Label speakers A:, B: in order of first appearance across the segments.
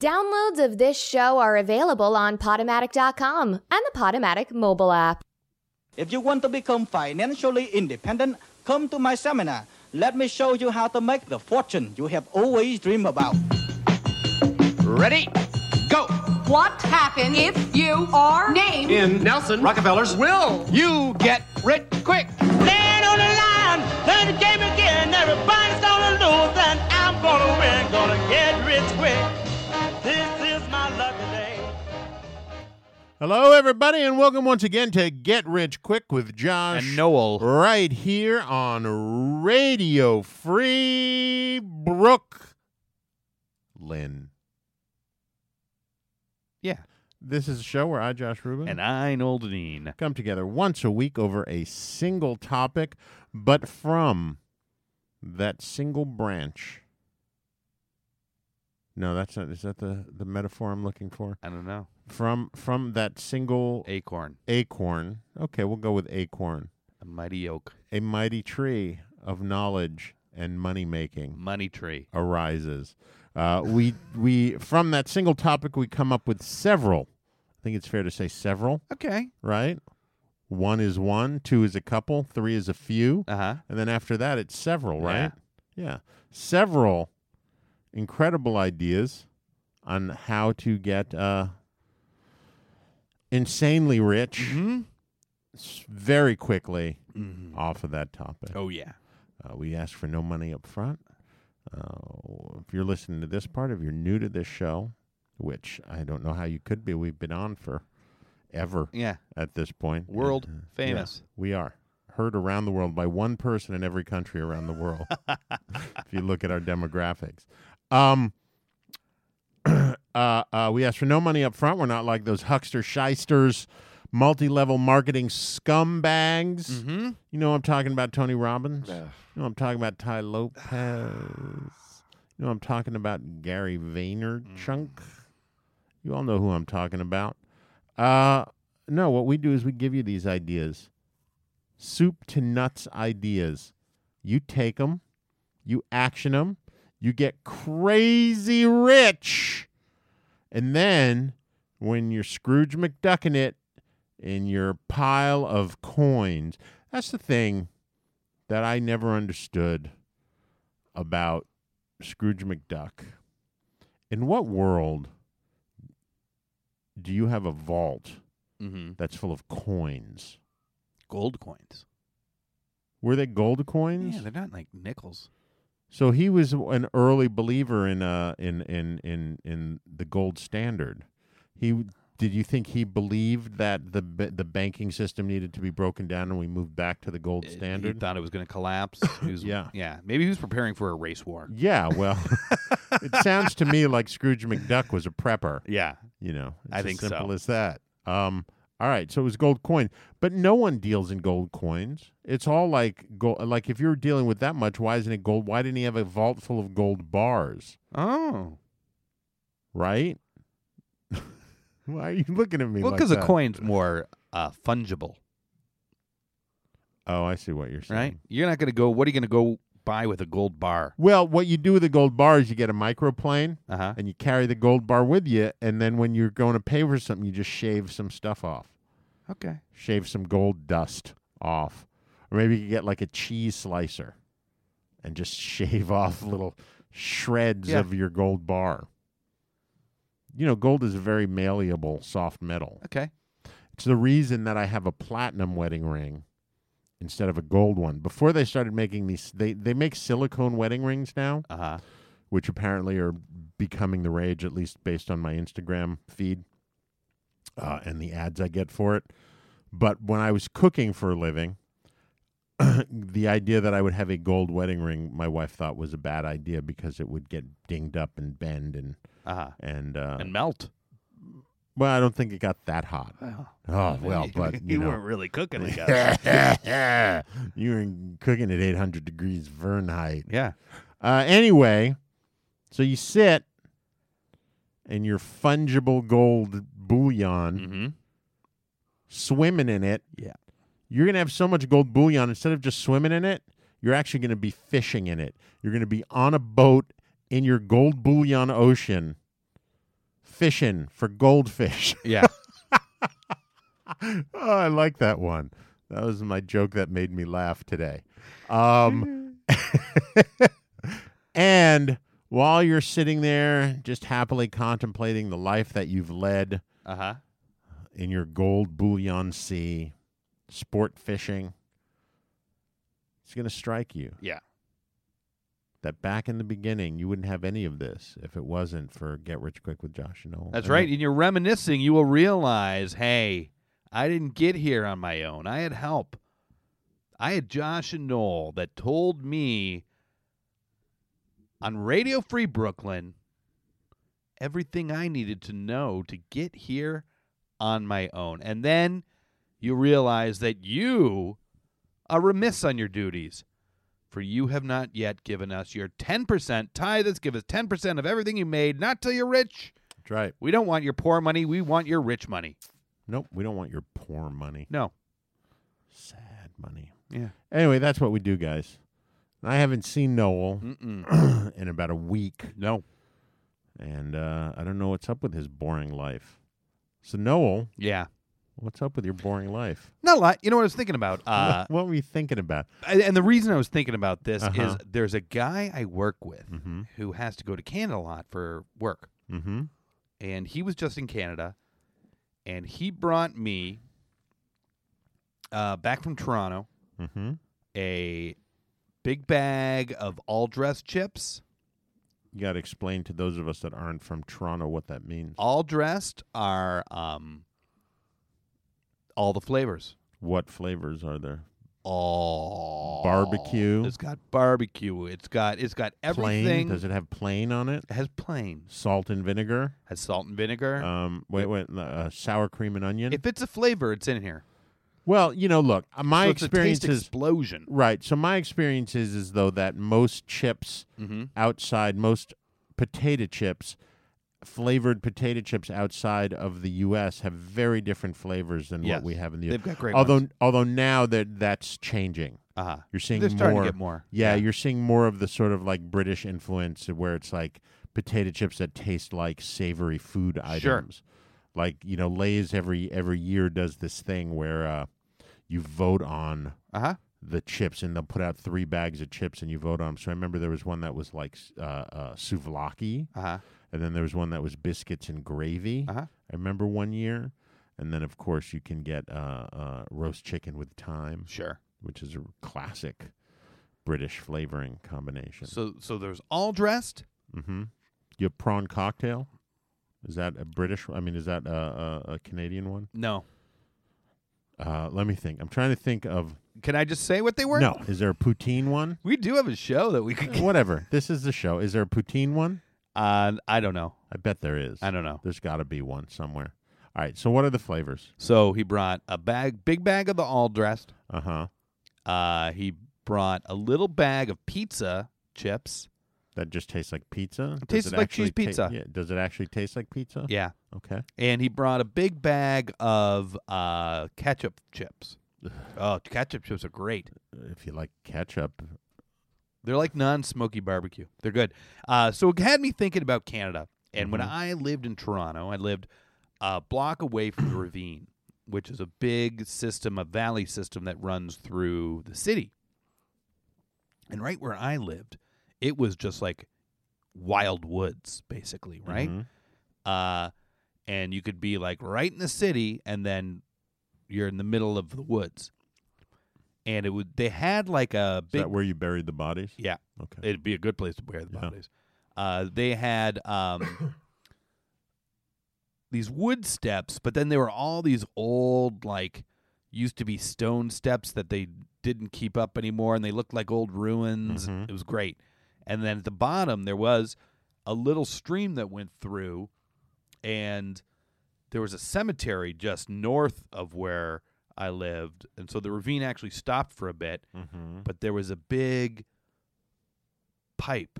A: Downloads of this show are available on Potomatic.com and the Potomatic mobile app.
B: If you want to become financially independent, come to my seminar. Let me show you how to make the fortune you have always dreamed about.
C: Ready? Go!
D: What happens if you are named
C: In Nelson Rockefeller's will you get rich quick?
E: Land on the line, play the game again. Everybody's gonna lose, and I'm gonna win. Gonna get rich quick. This is my lucky day.
F: Hello, everybody, and welcome once again to Get Rich Quick with Josh
C: And Noel.
F: right here on Radio Free Brooklyn.
C: Yeah.
F: This is a show where I, Josh Rubin,
C: And I, Noel Deneen.
F: come together once a week over a single topic, but from that single branch. No, that's not. Is that the the metaphor I'm looking for?
C: I don't know.
F: From from that single
C: Acorn.
F: acorn. Okay, we'll go with acorn.
C: A mighty oak.
F: A mighty tree of knowledge and money making
C: Money tree.
F: arises. Uh, we we from that single topic we come up with several. I think it's fair to say several,
C: Okay.
F: right? One is one, two is a couple, three is a few,
C: Uh huh.
F: and then after that it's several,
C: Yeah.
F: right? Yeah. Several incredible ideas on how to get uh insanely rich
C: Mm-hmm.
F: s- very quickly off of that topic.
C: Oh, yeah.
F: Uh, we ask for no money up front. Uh, if you're listening to this part, if you're new to this show, which I don't know how you could be, we've been on for ever
C: Yeah.
F: at this point.
C: World
F: Uh,
C: famous.
F: yeah, we are heard around the world by one person in every country around the world. if you look at our demographics. Um uh, uh, we ask for no money up front. We're not like those huckster shysters, multi-level marketing scumbags.
C: Mm-hmm.
F: You know I'm talking about Tony Robbins. You know I'm talking about Ty Lopez. you know I'm talking about Gary Vaynerchuk. You all know who I'm talking about. Uh, no, what we do is we give you these ideas, soup to nuts ideas. You take them, you action them, you get crazy rich, and then when you're Scrooge McDuckin' it in your pile of coins. That's the thing that I never understood about Scrooge McDuck. In what world do you have a vault
C: Mm-hmm.
F: that's full of coins?
C: Gold coins.
F: Were they gold coins?
C: Yeah, they're not like nickels.
F: so he was an early believer in uh in in in in the gold standard. He did you think he believed that the ba- the banking system needed to be broken down and we moved back to the gold
C: It-
F: standard?
C: He Eh, thought it was going to collapse. He was-
F: Yeah.
C: Yeah. Maybe he was preparing for a race war.
F: Yeah, well, it sounds to me like Scrooge McDuck was a prepper.
C: Yeah.
F: You know, it's
C: I
F: as
C: think so.
F: simple as that. Um, all right, so it was gold coin, but no one deals in gold coins. It's all like gold. Like if you're dealing with that much, why isn't it gold? Why didn't he have a vault full of gold bars?
C: Oh.
F: Right? why are you looking at me?
C: Well,
F: because
C: because a coin's more uh, fungible,
F: Oh, I see what you're saying.
C: right? You're not going to go, what are you going to go buy with a gold bar?
F: Well, what you do with a gold bar is you get a microplane
C: Uh huh.
F: and you carry the gold bar with you, and then when you're going to pay for something, you just shave some stuff off.
C: Okay.
F: shave some gold dust off. Or maybe you could get like a cheese slicer and just shave off little shreds
C: Yeah.
F: of your gold bar. You know, gold is a very malleable, soft metal.
C: Okay.
F: It's the reason that I have a platinum wedding ring instead of a gold one. Before they started making these, they, they make silicone wedding rings now,
C: Uh huh.
F: which apparently are becoming the rage, at least based on my Instagram feed uh, and the ads I get for it. But when I was cooking for a living, the idea that I would have a gold wedding ring, my wife thought was a bad idea because it would get dinged up and bend and
C: Uh huh.
F: and, uh,
C: and melt.
F: well, I don't think it got that hot.
C: Oh,
F: Oh well, but you know,
C: really cooking it,
F: you were cooking at 800 degrees Fahrenheit.
C: yeah.
F: Uh, anyway, so you sit and your fungible gold bouillon
C: Mm-hmm.
F: swimming in it.
C: Yeah.
F: You're going to have so much gold bouillon instead of just swimming in it, you're actually going to be fishing in it. You're going to be on a boat in your gold bouillon ocean fishing for goldfish.
G: Yeah.
F: oh, I like that one. That was my joke that made me laugh today. Um, and while you're sitting there just happily contemplating the life that you've led
G: Uh huh.
F: in your gold bullion sea, sport fishing, it's going to strike you
G: Yeah.
F: that back in the beginning, you wouldn't have any of this if it wasn't for Get Rich Quick with Josh and Noel.
G: That's
F: And
G: right. And you're reminiscing, you will realize, hey, I didn't get here on my own. I had help. I had Josh and Noel that told me on Radio Free Brooklyn everything I needed to know to get here on my own. And then you realize that you are remiss on your duties. For you have not yet given us your 10%. Tithe us, give us 10% of everything you made, not till you're rich.
F: That's right.
G: We don't want your poor money. We want your rich money.
F: Nope, we don't want your poor money.
G: No.
F: Sad money.
G: Yeah.
F: Anyway, that's what we do, guys. I haven't seen Noel
G: Mm-mm.
F: in about a week,
G: No.
F: and uh, I don't know what's up with his boring life. So, Noel,
G: Yeah.
F: what's up with your boring life?
G: Not a lot. You know what I was thinking about? Uh,
F: what were you thinking about?
G: and and the reason I was thinking about this
F: Uh-huh.
G: is there's a guy I work with
F: Mhm.
G: who has to go to Canada a lot for work.
F: Mm-hmm.
G: and he was just in Canada, and he brought me uh, back from Toronto
F: Mhm.
G: a big bag of all dressed chips.
F: You got to explain to those of us that aren't from Toronto what that means.
G: All dressed are um, all the flavors.
F: What flavors are there?
G: All
F: Barbecue.
G: It's got barbecue. It's got it's got everything.
F: Plain? Does it have plain on it?
G: has plain.
F: Salt and vinegar?
G: Has salt and vinegar.
F: Um, wait, wait, uh, sour cream and onion?
G: if it's a flavor, it's in here.
F: well, you know, look, uh, my
G: so it's
F: experience
G: a taste
F: is
G: explosion.
F: Right. So my experience is is though that most chips
G: Mhm.
F: outside, most potato chips, flavored potato chips outside of the U.S. have very different flavors than
G: Yes.
F: what we have in the U.S.
G: They've got great
F: although
G: ones.
F: although now that that's changing.
G: Uh-huh.
F: You're seeing
G: They're
F: more.
G: starting to get more.
F: Yeah,
G: Yeah.
F: you're seeing more of the sort of like British influence where it's like potato chips that taste like savory food
G: Sure.
F: items. Like you know, Lay's every every year does this thing where uh, you vote on
G: Uh huh.
F: the chips and they'll put out three bags of chips and you vote on 'em. So I remember there was one that was like s- uh, uh, souvlaki,
G: Uh huh.
F: and then there was one that was biscuits and gravy.
G: Uh-huh.
F: I remember one year, and then of course you can get uh, uh, roast chicken with thyme,
G: Sure.
F: which is a classic British flavoring combination.
G: So so there's all dressed.
F: mm-hmm. You have prawn cocktail. Is that a British? I mean, is that a, a, a Canadian one?
G: No.
F: Uh, let me think. I'm trying to think of.
G: Can I just say what they were?
F: No, is there a poutine one?
G: We do have a show that we could. Get.
F: Whatever. This is the show. Is there a poutine one?
G: Uh, I don't know.
F: I bet there is.
G: I don't know.
F: There's got to be one somewhere. All right. So what are the flavors?
G: So he brought a bag, big bag of the all dressed.
F: Uh huh.
G: Uh, he brought a little bag of pizza chips.
F: That just tastes like pizza. Does
G: tastes
F: it
G: like cheese
F: actually ta-
G: pizza.
F: yeah, Does it actually taste like pizza?
G: Yeah,
F: Okay.
G: and he brought a big bag of uh, ketchup chips. oh, ketchup chips are great.
F: If you like ketchup,
G: They're like non-smoky barbecue. They're good. Uh, so it had me thinking about Canada. And when I lived in Toronto, I lived a block away from the Ravine, which is a big system, a valley system that runs through the city. And right where I lived, it was just like wild woods, basically, right?
F: Mhm.
G: Uh, and you could be like right in the city, and then you're in the middle of the woods. And it would they had like a
F: Is
G: big
F: that where you buried the bodies?
G: yeah.
F: Okay.
G: It'd be a good place to bury the
F: Yeah.
G: bodies. Uh, they had um, these wood steps, but then there were all these old, like, used to be stone steps that they didn't keep up anymore, and they looked like old ruins.
F: Mhm.
G: It was great. And then at the bottom, there was a little stream that went through, and there was a cemetery just north of where I lived. And so the ravine actually stopped for a bit
F: Mm-hmm.
G: but there was a big pipe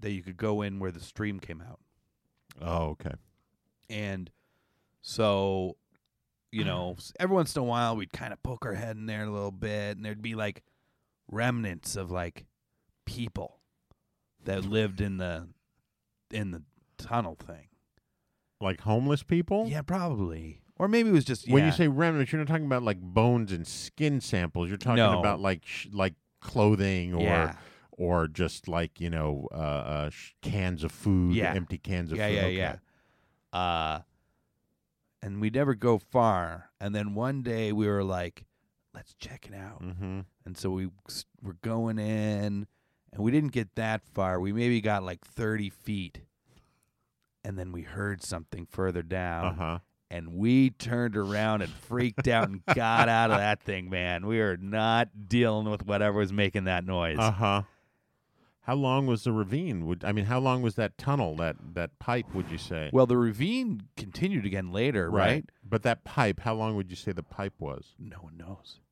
G: that you could go in where the stream came out.
F: Oh, okay.
G: And so, you know,
F: Mm.
G: s- every once in a while we'd kind of poke our head in there a little bit and there'd be like remnants of like people that lived in the in the tunnel thing.
F: like homeless people?
G: Yeah, probably. Or maybe it was just
F: When
G: yeah.
F: you say remnants, you're not talking about like bones and skin samples. You're talking
G: No.
F: about like sh- like clothing or
G: Yeah.
F: or just like you know uh, uh, sh- cans of food,
G: Yeah.
F: empty cans of
G: yeah,
F: food.
G: yeah,
F: okay.
G: yeah. Uh, and we never go far. And then one day we were like, let's check it out.
F: Mhm.
G: And so we s- were going in, and we didn't get that far. We maybe got like 30 feet. And then we heard something further down.
F: Uh-huh.
G: And we turned around and freaked out and got out of that thing, man. We are not dealing with whatever was making that noise.
F: Uh huh. How long was the ravine? Would I mean? How long was that tunnel? That that pipe? Would you say?
G: Well, the ravine continued again later, right?
F: But that pipe. How long would you say the pipe was?
G: No one knows.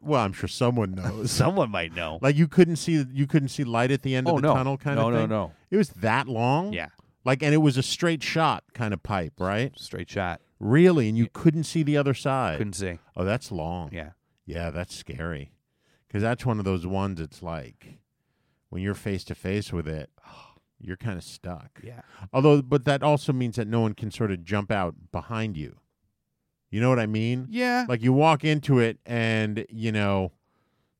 F: Well, I'm sure someone knows.
G: Someone might know.
F: like you couldn't see you couldn't see light at the end
G: Oh,
F: of the
G: no.
F: tunnel, kind
G: No,
F: of
G: no,
F: thing?
G: no.
F: It was that long.
G: Yeah.
F: Like, and it was a straight shot kind of pipe, right?
G: Straight shot.
F: Really, and you couldn't see the other side.
G: Couldn't see.
F: Oh, that's long.
G: Yeah.
F: Yeah, that's scary. Because that's one of those ones it's like when you're face to face with it, you're kind of stuck.
G: Yeah.
F: Although, but that also means that no one can sort of jump out behind you. You know what I mean?
G: Yeah.
F: Like you walk into it and, you know,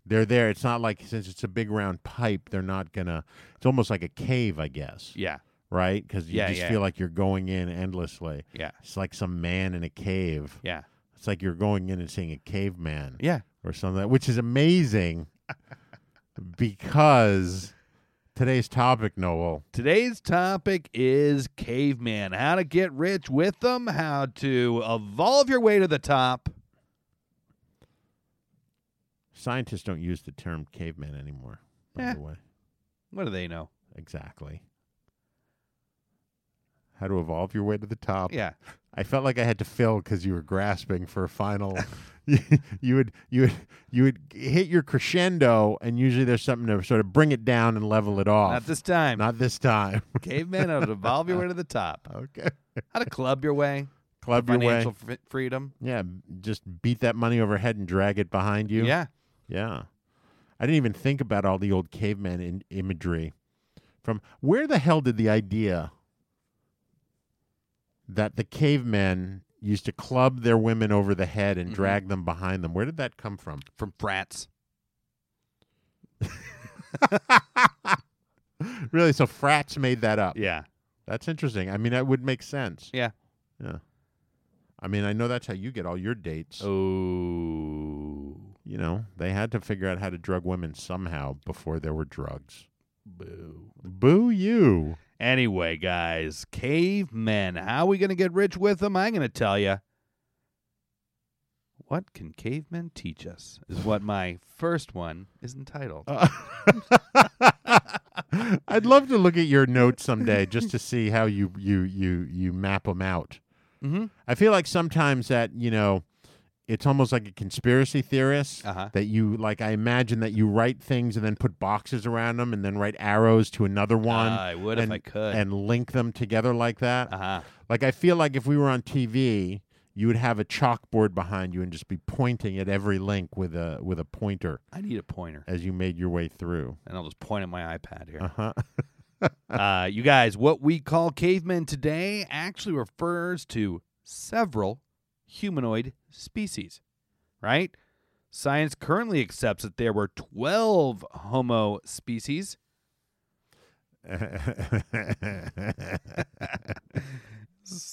F: they're there. It's not like since it's a big round pipe, they're not going to, it's almost like a cave, I guess.
G: yeah.
F: Right? Because you
G: Yeah,
F: just
G: yeah.
F: feel like you're going in endlessly.
G: Yeah.
F: It's like some man in a cave.
G: Yeah.
F: It's like you're going in and seeing a caveman
G: Yeah.
F: or something, which is amazing because today's topic, Noel,
G: Today's topic is caveman. How to get rich with them, how to evolve your way to the top.
F: scientists don't use the term caveman anymore, by
G: Yeah.
F: the way.
G: What do they know?
F: Exactly. How to evolve your way to the top.
G: Yeah.
F: I felt like I had to fill because you were grasping for a final. you would you would you would hit your crescendo, and usually there's something to sort of bring it down and level it off.
G: Not this time.
F: Not this time.
G: caveman, how to evolve your way to the top.
F: okay.
G: How to club your way.
F: Club your way.
G: Financial fr- freedom.
F: Yeah, b- just beat that money overhead and drag it behind you.
G: Yeah.
F: Yeah. I didn't even think about all the old caveman in- imagery. From where the hell did the idea that the cavemen used to club their women over the head and drag them behind them? Where did that come from?
G: From frats.
F: Really? So frats made that up.
G: Yeah.
F: That's interesting. I mean, that would make sense.
G: Yeah.
F: Yeah. I mean, I know that's how you get all your dates.
G: Oh.
F: You know, they had to figure out how to drug women somehow before there were drugs.
G: Boo.
F: Boo you.
G: Anyway, guys, cavemen. How are we going to get rich with them? I'm going to tell you. What can cavemen teach us? Is what my first one is entitled.
F: I'd love to look at your notes someday just to see how you you you you map them out.
G: Mhm.
F: I feel like sometimes that you know, it's almost like a conspiracy theorist
G: Uh-huh.
F: that you like. I imagine that you write things and then put boxes around them and then write arrows to another one.
G: I would if
F: and-
G: I could.
F: and link them together like that.
G: Uh-huh.
F: Like I feel like if we were on TV, you would have a chalkboard behind you and just be pointing at every link with a with a pointer
G: I need a pointer,
F: as you made your way through.
G: and I'll just point at my iPad here.
F: Uh-huh.
G: Uh, you guys, what we call cavemen today actually refers to several humanoid species, right? Science currently accepts that there were 12 Homo species.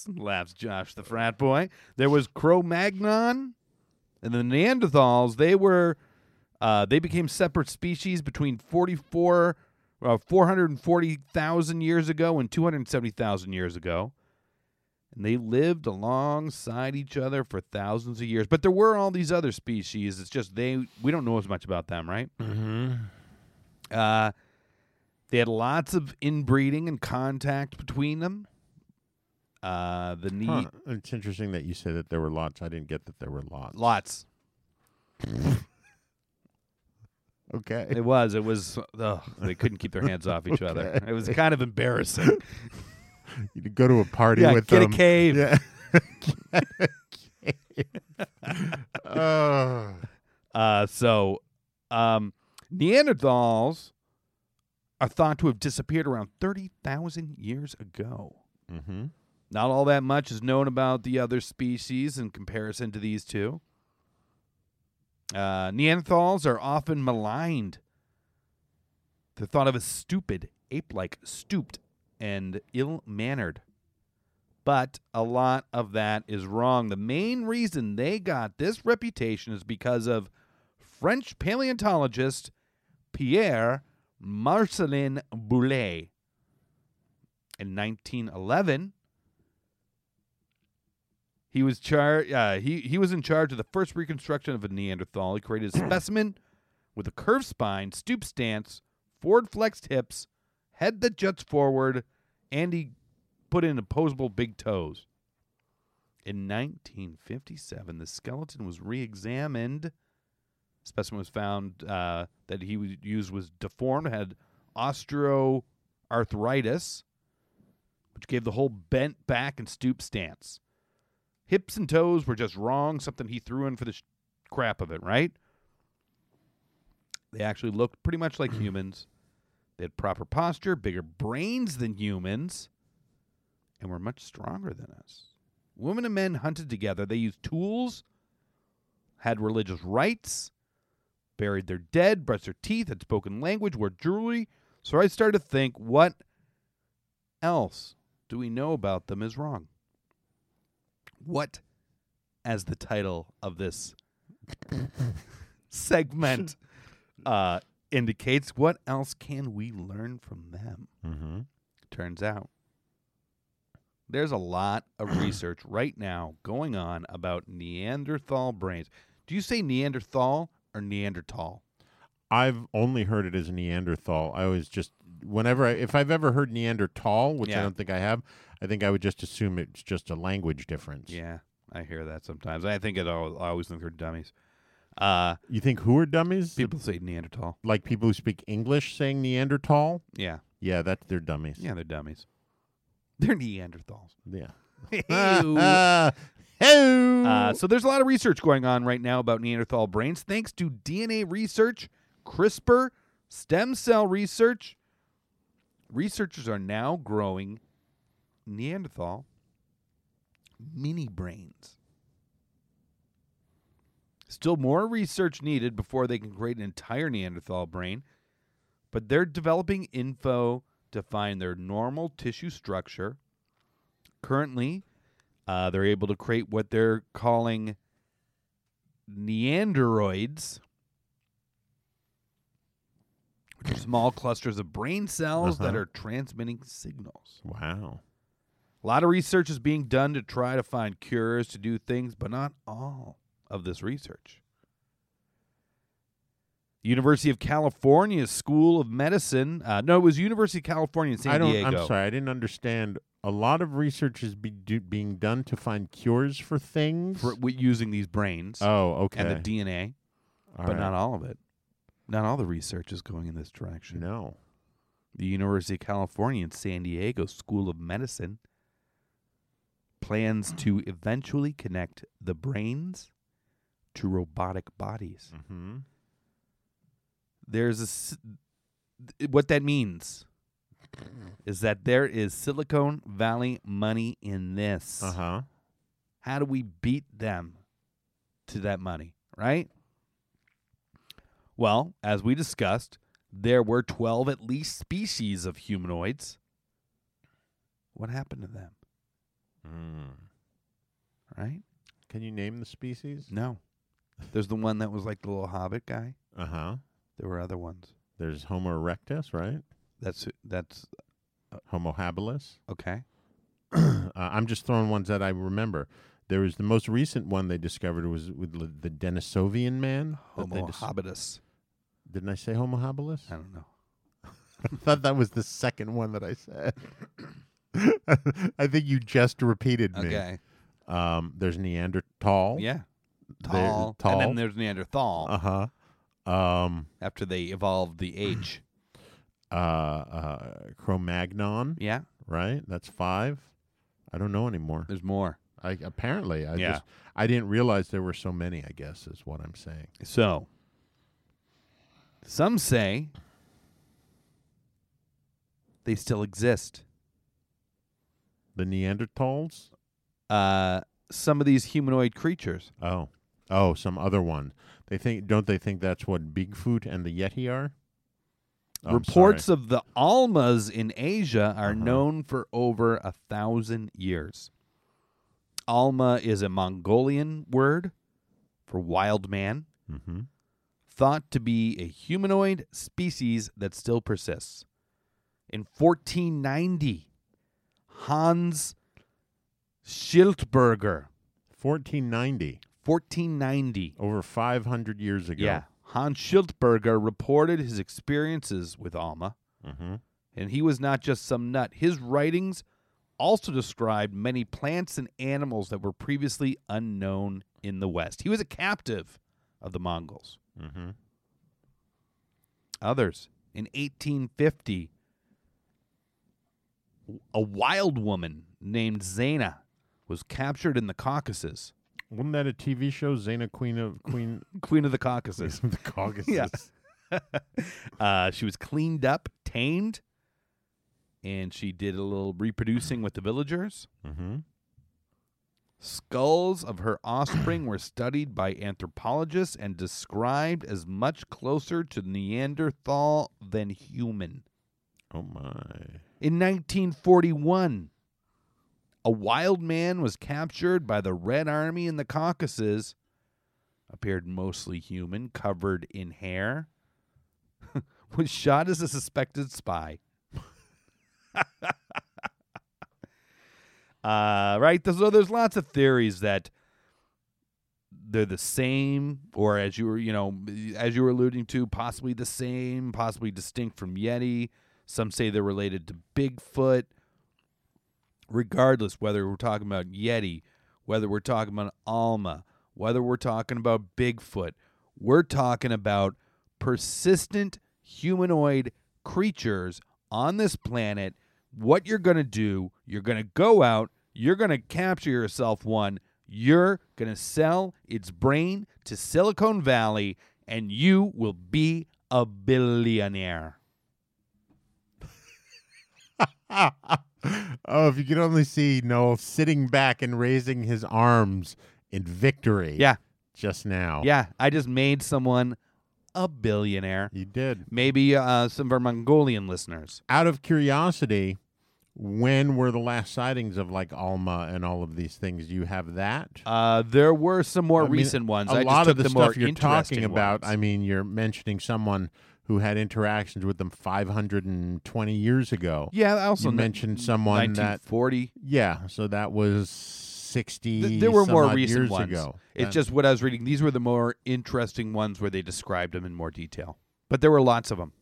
G: Laughs Josh the frat boy. There was Cro-Magnon and the Neanderthals. They were uh, they became separate species between 44 uh, 440,000 years ago and 270,000 years ago. And they lived alongside each other for thousands of years. But there were all these other species. It's just they we don't know as much about them, right? Mm-hmm. Uh, they had lots of inbreeding and contact between them. Uh, the need
F: Huh. It's interesting that you said that there were lots. I didn't get that there were lots.
G: lots.
F: Okay.
G: It was. It was. Ugh, they couldn't keep their hands off each other. It was kind of embarrassing.
F: You could go to a party
G: yeah,
F: with
G: get
F: them.
G: a cave.
F: Yeah. Oh.
G: Uh, so, um, Neanderthals are thought to have disappeared around 30,000 years ago.
F: Mhm.
G: Not all that much is known about the other species in comparison to these two. Uh, Neanderthals are often maligned. They're thought of as stupid, ape like, stooped, and ill mannered. But a lot of that is wrong. The main reason they got this reputation is because of French paleontologist Pierre Marcelin Boulet. In 1911, he was char- uh, he, he was in charge of the first reconstruction of a Neanderthal. He created a specimen with a curved spine, stoop stance, forward flexed hips, head that juts forward, and he put in opposable big toes. In 1957, the skeleton was re examined. Specimen was found uh, that he was- used was deformed, had osteoarthritis, which gave the whole bent back and stoop stance. Hips and toes were just wrong, something he threw in for the sh- crap of it, right? They actually looked pretty much like humans. They had proper posture, bigger brains than humans, and were much stronger than us. Women and men hunted together. They used tools, had religious rites, buried their dead, brushed their teeth, had spoken language, wore jewelry. So I started to think, what else do we know about them is wrong? What, as the title of this segment uh, indicates, what else can we learn from them?
F: Mm-hmm.
G: Turns out there's a lot of research right now going on about Neanderthal brains. Do you say Neanderthal or Neanderthal?
F: I've only heard it as Neanderthal. I always just whenever I, if I've ever heard Neanderthal, which I
G: Yeah.
F: don't think I have, I think I would just assume it's just a language difference.
G: Yeah, I hear that sometimes. I think it all, I always think they're dummies. Uh,
F: You think who are dummies?
G: people say Neanderthal.
F: like people who speak English saying Neanderthal?
G: Yeah,
F: Yeah, that's they're dummies.
G: yeah, they're dummies. They're Neanderthals.
F: Yeah.
G: Ew.
F: Hey-o.
G: Uh, so there's a lot of research going on right now about Neanderthal brains, thanks to DNA research, CRISPR, stem cell research. Researchers are now growing Neanderthal mini brains. Still more research needed before they can create an entire Neanderthal brain, but they're developing info to find their normal tissue structure. Currently, uh, they're able to create what they're calling neanderoids, which are small clusters of brain cells that
F: Uh-huh.
G: are transmitting signals.
F: wow.
G: A lot of research is being done to try to find cures to do things, but not all of this research. University of California School of Medicine. Uh, no, it was University of California in San
F: I don't
G: Diego.
F: I'm sorry, I didn't understand. A lot of research is be do, being done to find cures for things.
G: For, with using these brains
F: oh, okay.
G: and the DNA,
F: All
G: but
F: right.
G: not all of it. Not all the research is going in this direction.
F: No.
G: the University of California in San Diego School of Medicine plans to eventually connect the brains to robotic bodies.
F: Mm-hmm.
G: There's a s- th- what that means is that there is Silicon Valley money in this.
F: Uh huh.
G: How do we beat them to that money, right? Well, as we discussed, there were 12 at least species of humanoids. What happened to them, Mm. right?
F: Can you name the species?
G: No. There's the one that was like the little hobbit guy.
F: Uh huh.
G: There were other ones.
F: There's Homo erectus, right?
G: That's that's Uh,
F: Homo habilis.
G: okay.
F: Uh, I'm just throwing ones that I remember. There was the most recent one they discovered was with l- the Denisovian man. that they
G: Homo
F: dis-
G: habilis.
F: Didn't I say Homo habilis?
G: I don't know.
F: I thought that was the second one that I said. I think you just repeated me.
G: Okay.
F: Um, there's Neanderthal.
G: Yeah.
F: There-
G: Tall.
F: tall.
G: And then there's Neanderthal
F: Uh huh. Um,
G: after they evolved the H.
F: uh, uh, Cro-Magnon.
G: yeah.
F: Right. That's five. I don't know anymore.
G: There's more.
F: I apparently I
G: Yeah.
F: just I didn't realize there were so many. I guess is what I'm saying.
G: So, some say they still exist.
F: The Neanderthals?
G: Uh, some of these humanoid creatures.
F: Oh. Oh, some other one. They think don't they think that's what Bigfoot and the Yeti are? Oh, I'm
G: Reports
F: sorry. Uh-huh.
G: of the Almas in Asia are known for over a thousand years. Alma is a Mongolian word for wild man,
F: Mhm.
G: thought to be a humanoid species that still persists. In 1490, Hans Schiltberger,
F: 1490,
G: 1490,
F: over 500 years ago.
G: Yeah. Hans Schildberger reported his experiences with Alma,
F: Mhm.
G: and he was not just some nut. His writings also described many plants and animals that were previously unknown in the West. He was a captive of the Mongols.
F: Mhm.
G: Others. In 1850, w- a wild woman named Zena was captured in the Caucasus.
F: Wasn't that a TV show, Zena Queen of Queen
G: Queen of the Caucasus.
F: of the Caucasus?
G: Yeah. uh, she was cleaned up, tamed, and she did a little reproducing with the villagers.
F: Mm-hmm.
G: Skulls of her offspring were studied by anthropologists and described as much closer to Neanderthal than human.
F: Oh my.
G: In 1941, a wild man was captured by the Red Army in the Caucasus, appeared mostly human, covered in hair, was shot as a suspected spy. uh, right? So there's lots of theories that they're the same, or as you were, you know, as you were alluding to, possibly the same, possibly distinct from Yeti. Some say they're related to Bigfoot. Regardless, whether we're talking about Yeti, whether we're talking about Alma, whether we're talking about Bigfoot, we're talking about persistent humanoid creatures on this planet. What you're going to do, you're going to go out, you're going to capture yourself one, you're going to sell its brain to Silicon Valley, and you will be a billionaire.
F: oh, if you could only see Noel sitting back and raising his arms in victory.
G: Yeah.
F: Just now.
G: Yeah, I just made someone a billionaire.
F: You did.
G: Maybe uh, some of our Mongolian listeners.
F: Out of curiosity, when were the last sightings of like Alma and all of these things? Do you have that?
G: Uh, there were some more
F: I mean,
G: recent ones.
F: A
G: I
F: lot
G: just took
F: of the,
G: more
F: stuff you're talking
G: interesting
F: about.
G: ones.
F: I mean, you're mentioning someone who had interactions with them 520 years ago.
G: yeah, I also
F: you mentioned someone that
G: 1940.
F: yeah, so that was 60
G: Th- there were
F: some
G: more
F: odd
G: recent
F: years
G: ones.
F: ago.
G: It's
F: That-
G: just what I was reading. These were the more interesting ones where they described them in more detail. But there were lots of them.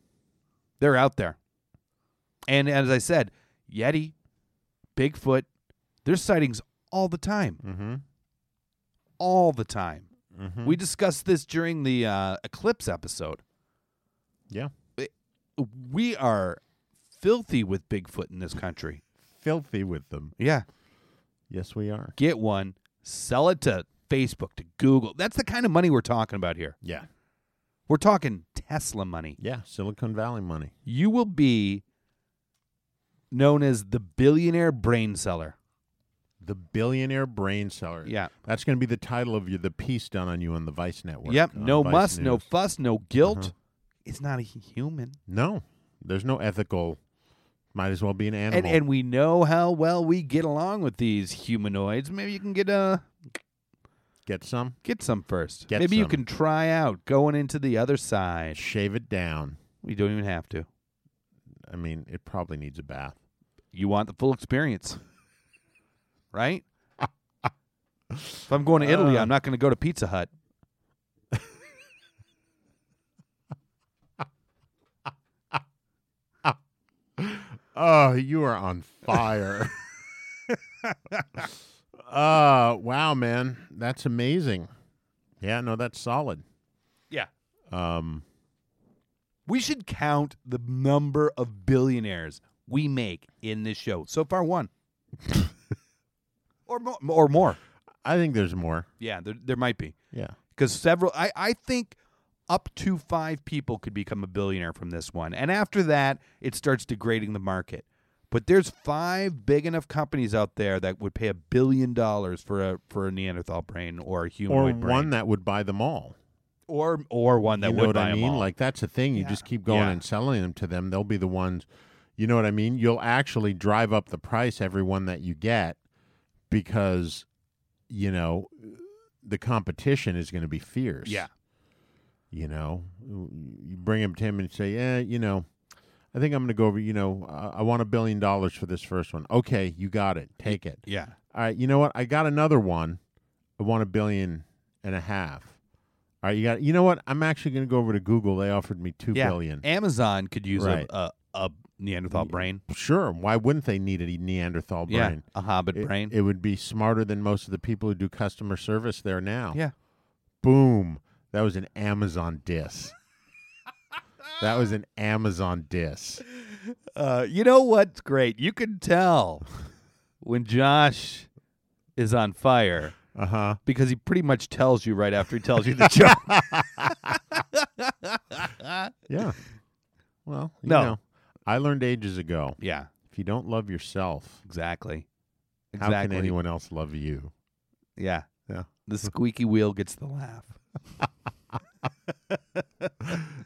G: They're out there. And as I said, Yeti, Bigfoot, there's sightings all the time.
F: Mhm.
G: All the time.
F: Mhm.
G: We discussed this during the uh, eclipse episode.
F: yeah.
G: We are filthy with Bigfoot in this country.
F: filthy with them.
G: Yeah.
F: Yes, we are.
G: Get one, sell it to Facebook, to Google. That's the kind of money we're talking about here.
F: Yeah.
G: We're talking Tesla money.
F: Yeah. Silicon Valley money.
G: You will be known as the billionaire brain seller.
F: The billionaire brain seller.
G: Yeah.
F: That's going to be the title of your, the piece done on you on the Vice Network.
G: yep.
F: on
G: No
F: Vice
G: muss, no
F: News. Uh-huh.
G: fuss, no guilt. It's not a human.
F: No. There's no ethical. Might as well be an
G: And,
F: animal.
G: and we know how well we get along with these humanoids. Maybe you can get a
F: Get some,
G: Get some first.
F: Get
G: Maybe you
F: some.
G: can try out going into the other side.
F: shave it down.
G: We don't even have to.
F: I mean, it probably needs a bath.
G: You want the full experience, right? if I'm going to Italy,
F: Uh.
G: I'm not going to go to Pizza Hut.
F: Oh, you are on fire. uh, wow, man. That's amazing. Yeah, no, that's solid.
G: Yeah.
F: Um,
G: We should count the number of billionaires we make in this show. So far, one. or, more, or more.
F: I think there's more.
G: Yeah, there, there might be.
F: Yeah.
G: because several I, I think up to five people could become a billionaire from this one and after that it starts degrading the market But there's five big enough companies out there that would pay a billion dollars for a for a Neanderthal brain or a
F: or
G: humanoid brain,
F: one that would buy them all.
G: or or one that
F: you
G: would
F: know what
G: buy
F: I
G: 'em
F: mean?
G: all.
F: Like that's the thing. You just keep going
G: Yeah.
F: and selling them to them. They'll be the ones. You know what I mean? You'll actually drive up the price every one that you get because you know the competition is going to be fierce.
G: yeah,
F: You know, you bring him to him and say, "Yeah, you know, I think I'm going to go over. You know, I, I want a billion dollars for this first one. Okay, you got it. Take it.
G: yeah.
F: All right, you know what? I got another one. I want a billion and a half. All right, you got. You know what? I'm actually going to go over to Google. They offered me two
G: yeah.
F: billion.
G: Amazon could use
F: Right.
G: a, a a Neanderthal brain.
F: Sure. Why wouldn't they need a Neanderthal
G: Yeah,
F: brain?
G: a hobbit
F: It-
G: brain.
F: It, would be smarter than most of the people who do customer service there now.
G: yeah,
F: Boom. That was an Amazon diss. that was an Amazon diss.
G: Uh, you know what's great? You can tell when Josh is on fire
F: Uh huh.
G: because he pretty much tells you right after he tells you the joke.
F: Yeah. Well, you
G: No.
F: know, I learned ages ago.
G: yeah,
F: If you don't love yourself,
G: exactly.
F: how
G: Exactly.
F: can anyone else love you?
G: Yeah.
F: Yeah.
G: The squeaky wheel gets the laugh.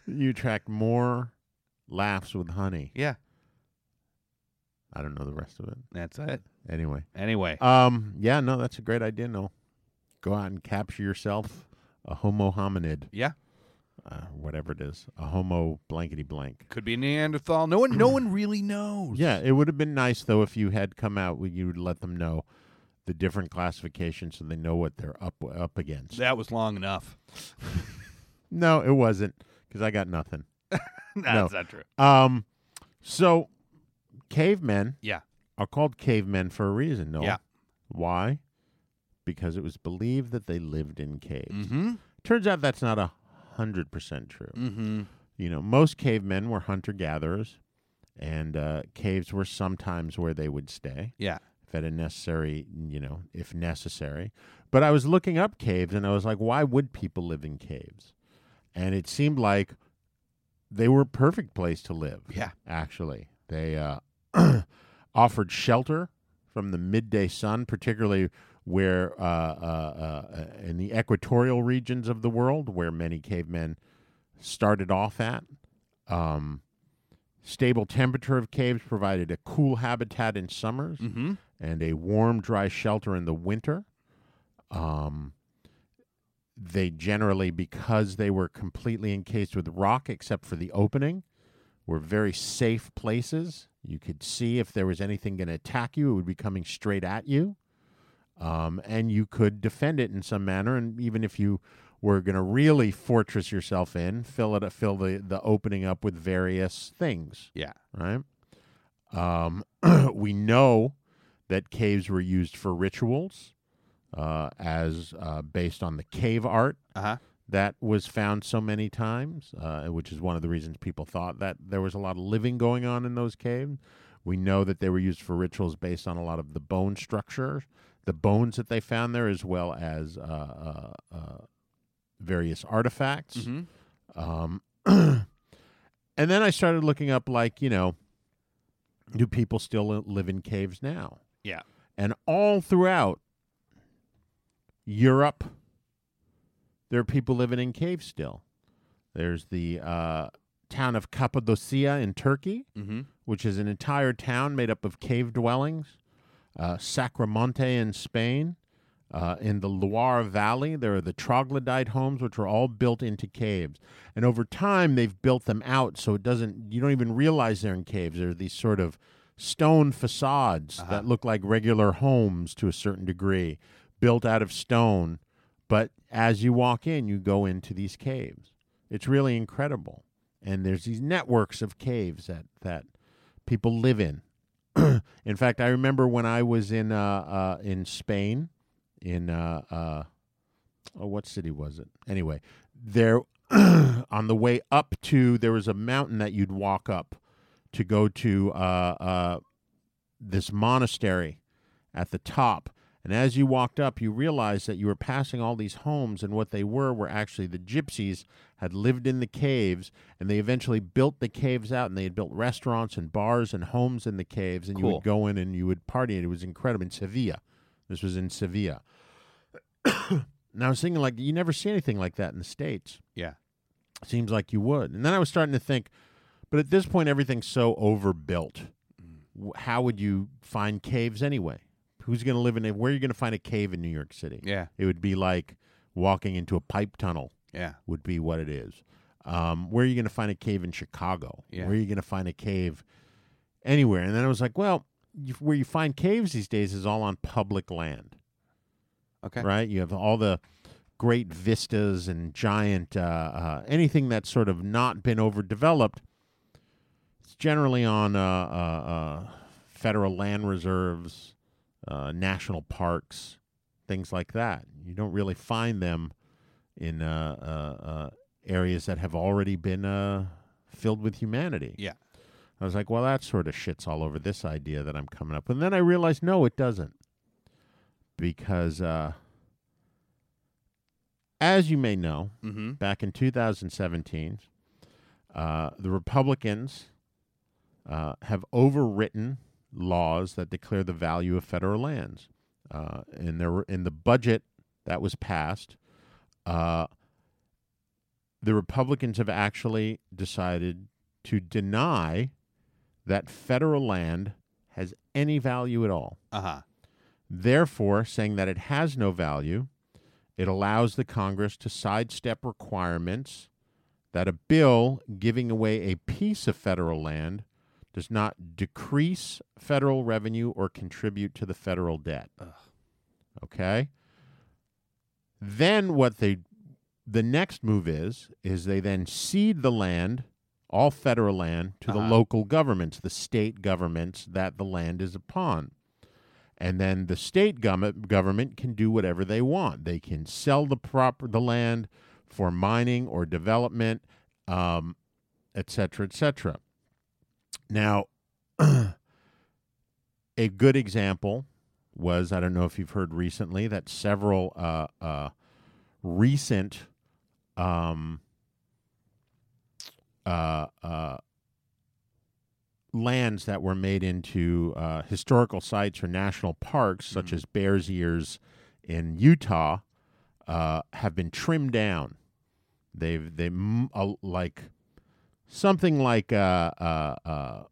F: You attract more laughs with honey.
G: Yeah.
F: I don't know the rest of it.
G: That's it.
F: Anyway.
G: Anyway,
F: Um, yeah, no, that's a great idea, No, Go out and capture yourself a homo hominid,
G: yeah,
F: uh, whatever it is. A homo blankety blank.
G: could be a Neanderthal. No one, no one really knows.
F: Yeah, it would have been nice though if you had come out where you would let them know the different classifications so they know what they're up up against.
G: that was long enough.
F: No, it wasn't because I got nothing.
G: That's not true.
F: Um, so cavemen
G: Yeah,
F: are called cavemen for a reason, Noel.
G: Yeah.
F: Why? Because it was believed that they lived in caves.
G: Mhm.
F: Turns out that's not a hundred percent true.
G: Mhm.
F: You know, most cavemen were hunter gatherers, and uh, caves were sometimes where they would stay
G: yeah,
F: if at a necessary, you know, if necessary. But I was looking up caves, and I was like, why would people live in caves? And it seemed like they were a perfect place to live.
G: Yeah.
F: actually, they uh, offered shelter from the midday sun, particularly where uh, uh, uh, in the equatorial regions of the world, where many cavemen started off at. Um, stable temperature of caves provided a cool habitat in summers
G: Mhm.
F: and a warm, dry shelter in the winter. Um, they generally, because they were completely encased with rock except for the opening, were very safe places. You could see if there was anything going to attack you, it would be coming straight at you. Um, and you could defend it in some manner. And even if you were going to really fortress yourself in, fill it, fill the, the opening up with various things
G: yeah.
F: right? Um, we know that caves were used for rituals, uh, as uh, based on the cave art
G: Uh huh.
F: that was found so many times, uh, which is one of the reasons people thought that there was a lot of living going on in those caves. We know that they were used for rituals based on a lot of the bone structure, the bones that they found there, as well as uh, uh, uh, various artifacts.
G: Mhm.
F: Um, and then I started looking up, like, you know, do people still li- live in caves now?
G: Yeah.
F: And all throughout Europe, there are people living in caves still. There's the uh, town of Cappadocia in Turkey,
G: Mhm.
F: which is an entire town made up of cave dwellings. Uh, Sacramonte in Spain. Uh, in the Loire Valley, there are the troglodyte homes, which are all built into caves. And over time, they've built them out so it doesn't, you don't even realize they're in caves. There are these sort of stone facades that look like regular homes to a certain degree, built out of stone. But as you walk in, you go into these caves. It's really incredible. And there's these networks of caves that, that people live in. in fact, I remember when I was in uh, uh, in Spain, in uh, uh, oh, what city was it? Anyway, there on the way up to there was a mountain that you'd walk up to go to uh, uh, this monastery at the top, And as you walked up, you realized that you were passing all these homes, and what they were were actually the gypsies had lived in the caves, and they eventually built the caves out, and they had built restaurants and bars and homes in the caves, and you
G: Cool.
F: would go in and you would party, and it was incredible in Sevilla. This was in Sevilla. and I was thinking, like, you never see anything like that in the States
G: Yeah.
F: seems like you would. And then I was starting to think, but at this point, everything's so overbuilt. W- How would you find caves anyway? Who's going to live in it? Where are you going to find a cave in New York City?
G: Yeah.
F: It would be like walking into a pipe tunnel,
G: Yeah.
F: would be what it is. Um, where are you going to find a cave in Chicago?
G: Yeah.
F: Where are you going to find a cave anywhere? And then I was like, well, you, where you find caves these days is all on public land
G: Okay.
F: right? You have all the great vistas and giant uh, uh, anything that's sort of not been overdeveloped. It's generally on uh, uh, uh, federal land reserves, uh, national parks, things like that. You don't really find them in uh, uh, uh, areas that have already been uh, filled with humanity.
G: Yeah.
F: I was like, well, that sort of shits all over this idea that I'm coming up with. And then I realized, no, it doesn't. Because uh, as you may know,
G: Mm-hmm.
F: back in 2017, uh, the Republicans uh, have overwritten laws that declare the value of federal lands. Uh, in, their, in the budget that was passed, uh, the Republicans have actually decided to deny that federal land has any value at all.
G: Uh huh.
F: Therefore, saying that it has no value, it allows the Congress to sidestep requirements that a bill giving away a piece of federal land does not decrease federal revenue or contribute to the federal debt. Okay? Then what they the next move is is they then cede the land, all federal land to the
G: Uh-huh.
F: local governments, the state governments that the land is upon. And then the state government government can do whatever they want. They can sell the proper the land for mining or development, um, et cetera, et cetera. Now, a good example was I don't know if you've heard recently that several uh, uh, recent um, uh, uh, lands that were made into uh, historical sites or national parks, such as Bears Ears in Utah, uh, have been trimmed down. They've they m- uh, like something like uh, uh, uh,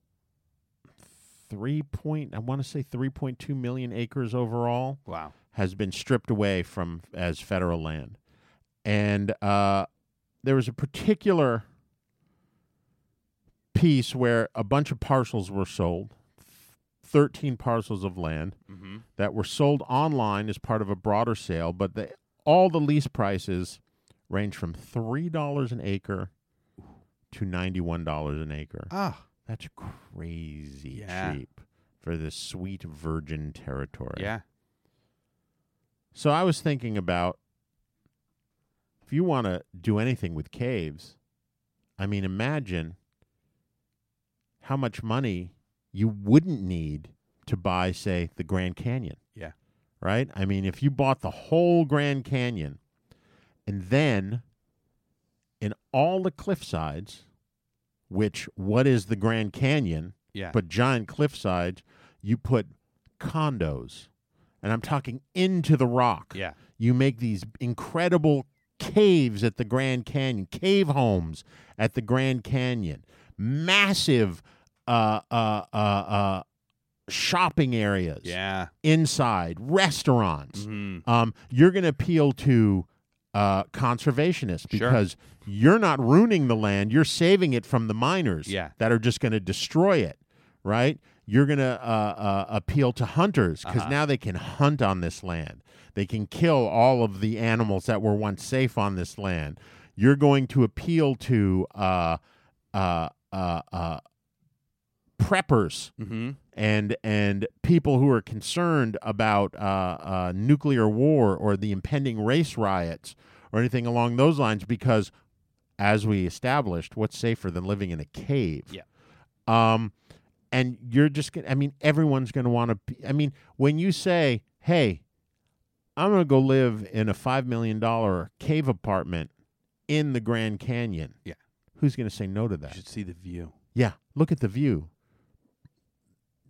F: three point I want to say three point two million acres overall
G: Wow.
F: has been stripped away from as federal land, and uh, there was a particular piece where a bunch of parcels were sold, thirteen parcels of land
G: Mm-hmm.
F: that were sold online as part of a broader sale, but the, all the lease prices range from three dollars an acre to ninety-one dollars an acre.
G: Ah.
F: That's crazy
G: Yeah.
F: cheap for this sweet virgin territory.
G: Yeah.
F: So I was thinking about if you want to do anything with caves, I mean, imagine how much money you wouldn't need to buy, say, the Grand Canyon.
G: Yeah.
F: Right? I mean, if you bought the whole Grand Canyon and then in all the cliff sides, which what is the Grand Canyon?
G: Yeah.
F: but giant cliffsides, you put condos, and I'm talking into the rock.
G: Yeah.
F: You make these incredible caves at the Grand Canyon, cave homes at the Grand Canyon, massive uh, uh, uh, uh, shopping areas
G: Yeah.
F: inside, restaurants.
G: Mhm.
F: Um, you're going to appeal to uh, conservationists
G: Sure.
F: because you're not ruining the land. You're saving it from the miners
G: Yeah.
F: that are just going to destroy it, right? You're going to uh, uh, appeal to hunters
G: Uh-huh.
F: because now they can hunt on this land. They can kill all of the animals that were once safe on this land. You're going to appeal to uh, uh, uh, uh, preppers
G: Mm-hmm.
F: and and people who are concerned about uh, uh, nuclear war or the impending race riots or anything along those lines, because as we established, what's safer than living in a cave?
G: Yeah.
F: Um, and you're just gonna. I mean, everyone's gonna want to. I mean, when you say, "Hey, I'm going to go live in a $5 million cave apartment in the Grand Canyon.
G: Yeah.
F: Who's going to say no to
G: You
F: that?
G: should see the view.
F: Yeah, look at the view.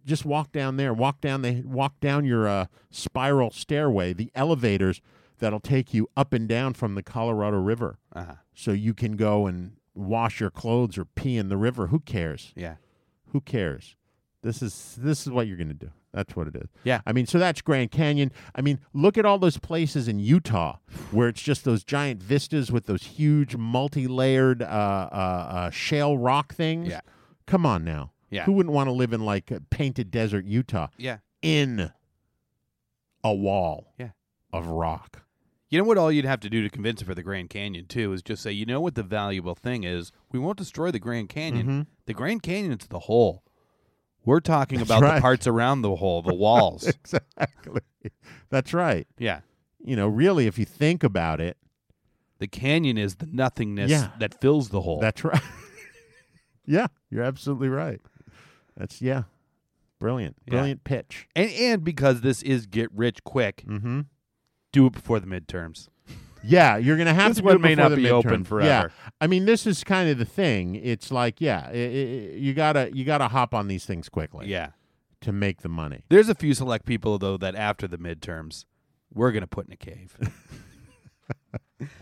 F: Just walk down there. Walk down the walk down your uh, spiral stairway, the elevators that'll take you up and down from the Colorado River,
G: Uh-huh.
F: so you can go and wash your clothes or pee in the river. Who cares?
G: Yeah.
F: Who cares? This is this is what you're gonna do. That's what it is.
G: Yeah.
F: I mean, so that's Grand Canyon. I mean, look at all those places in Utah where it's just those giant vistas with those huge multi-layered uh, uh, uh, shale rock things.
G: Yeah.
F: Come on now.
G: Yeah.
F: Who wouldn't want to live in like a painted desert Utah
G: Yeah.
F: in a wall
G: Yeah.
F: of rock?
G: You know what all you'd have to do to convince her for the Grand Canyon too is just say, you know what the valuable thing is? We won't destroy the Grand Canyon.
F: Mm-hmm.
G: The Grand Canyon's the whole. We're talking about
F: right.
G: the parts around the hole, the walls.
F: Exactly. That's right.
G: yeah.
F: You know, really, if you think about it,
G: The canyon is the nothingness
F: Yeah.
G: that fills the hole.
F: That's right. yeah, you're absolutely right. That's yeah. Brilliant.
G: Yeah.
F: Brilliant pitch.
G: and and because this is get rich quick,
F: Mm-hmm.
G: do it before the midterms.
F: Yeah, you're gonna have
G: This
F: to.
G: one
F: do it
G: may
F: before
G: not
F: the
G: be open
F: midterm.
G: forever.
F: Yeah, I mean, this is kind of the thing. It's like, yeah, i i you gotta you gotta hop on these things quickly.
G: Yeah.
F: to make the money.
G: There's a few select people though that after the midterms, we're gonna put in a cave.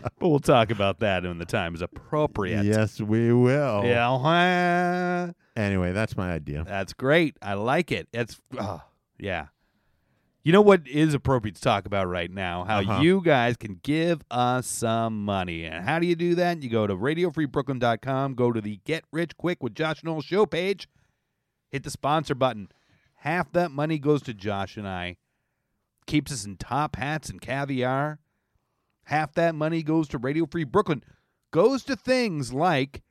G: but we'll talk about that when the time is appropriate.
F: Yes, we will.
G: Yeah. uh-huh.
F: Anyway, that's my idea.
G: That's great. I like it. That's ah, yeah. You know what is appropriate to talk about right now? How
F: Uh-huh.
G: you guys can give us some money. And how do you do that? You go to radiofreebrooklyn.com, go to the Get Rich Quick with Josh and Noel show page, hit the sponsor button. Half that money goes to Josh and I, keeps us in top hats and caviar. Half that money goes to Radio Free Brooklyn, goes to things like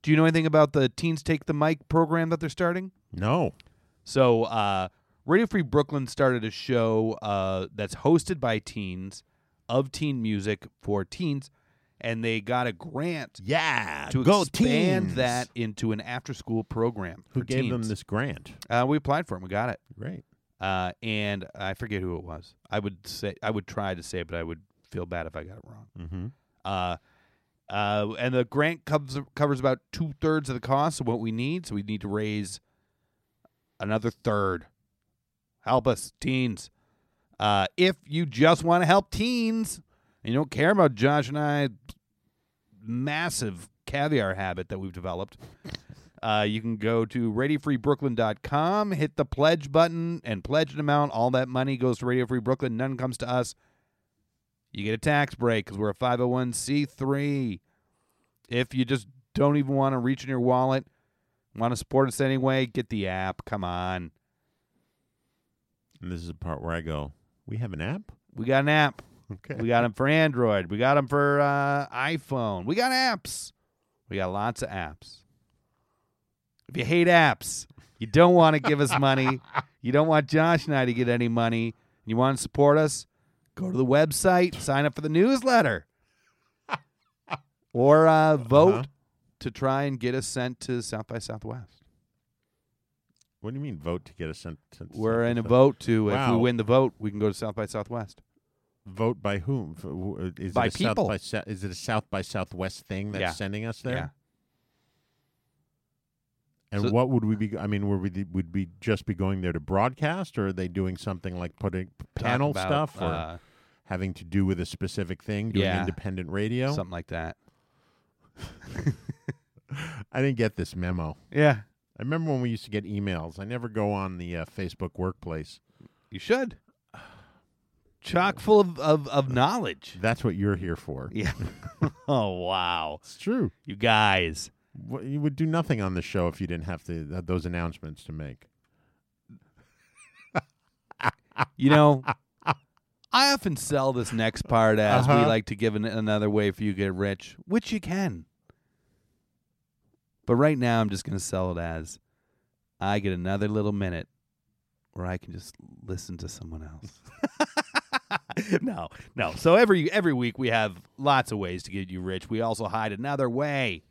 G: do you know anything about the Teens Take the Mic program that they're starting?
F: No.
G: So, uh, Radio Free Brooklyn started a show uh, that's hosted by teens of teen music for teens, and they got a grant
F: Yeah.
G: to
F: go
G: expand
F: teens.
G: that into an after-school program.
F: Who
G: for
F: gave them
G: teens.
F: this grant?
G: Uh, we applied for it. and We got it,
F: Great.
G: uh, and I forget who it was. I would say I would try to say, it, but I would feel bad if I got it wrong.
F: Mm-hmm.
G: Uh, uh, and the grant covers covers about two thirds of the cost of what we need, so we need to raise another third. Help us, teens. Uh, if you just want to help teens and you don't care about Josh and I massive caviar habit that we've developed, uh, you can go to radiofreebrooklyn.com, hit the pledge button, and pledge an amount. All that money goes to Radio Free Brooklyn. None comes to us. You get a tax break because we're a 501c3. If you just don't even want to reach in your wallet, want to support us anyway, get the app. Come on.
F: And this is the part where I go. We have an app.
G: We got an app.
F: Okay.
G: We got them for Android. We got them for uh, iPhone. We got apps. We got lots of apps. If you hate apps, you don't want to give us money. You don't want Josh and I to get any money. and You want to support us? Go to the website, sign up for the newsletter, or uh, vote
F: Uh-huh.
G: to try and get us sent to South by Southwest.
F: What do you mean vote to get a sent? sent-
G: We're
F: sent-
G: in a
F: sent-
G: vote to if
F: Wow.
G: we win the vote, we can go to South by Southwest.
F: Vote by whom? F- wh- Is
G: By
F: it a South
G: people.
F: by Sou- is it a South by Southwest thing that's
G: Yeah.
F: sending us there?
G: Yeah.
F: And
G: So-
F: what would we be? I mean, would we the- would we just be going there to broadcast, or are they doing something like putting p-
G: Talk
F: panel
G: about,
F: stuff, or
G: uh,
F: having to do with a specific thing, doing
G: Yeah.
F: independent radio?
G: something like that.
F: I didn't get this memo.
G: Yeah,
F: I remember when we used to get emails. I never go on the uh, Facebook Workplace.
G: You should. Chock full of, of, of knowledge.
F: That's what you're here for.
G: Yeah. oh, wow.
F: It's true.
G: You guys.
F: Wh- You would do nothing on the show if you didn't have to th- those announcements to make.
G: You know, I often sell this next part as we
F: Uh-huh.
G: like to give an, another way for you to get rich, which you can. But right now, I'm just going to sell it as I get another little minute where I can just listen to someone else. no, no. So every every week we have lots of ways to get you rich. We also hide another way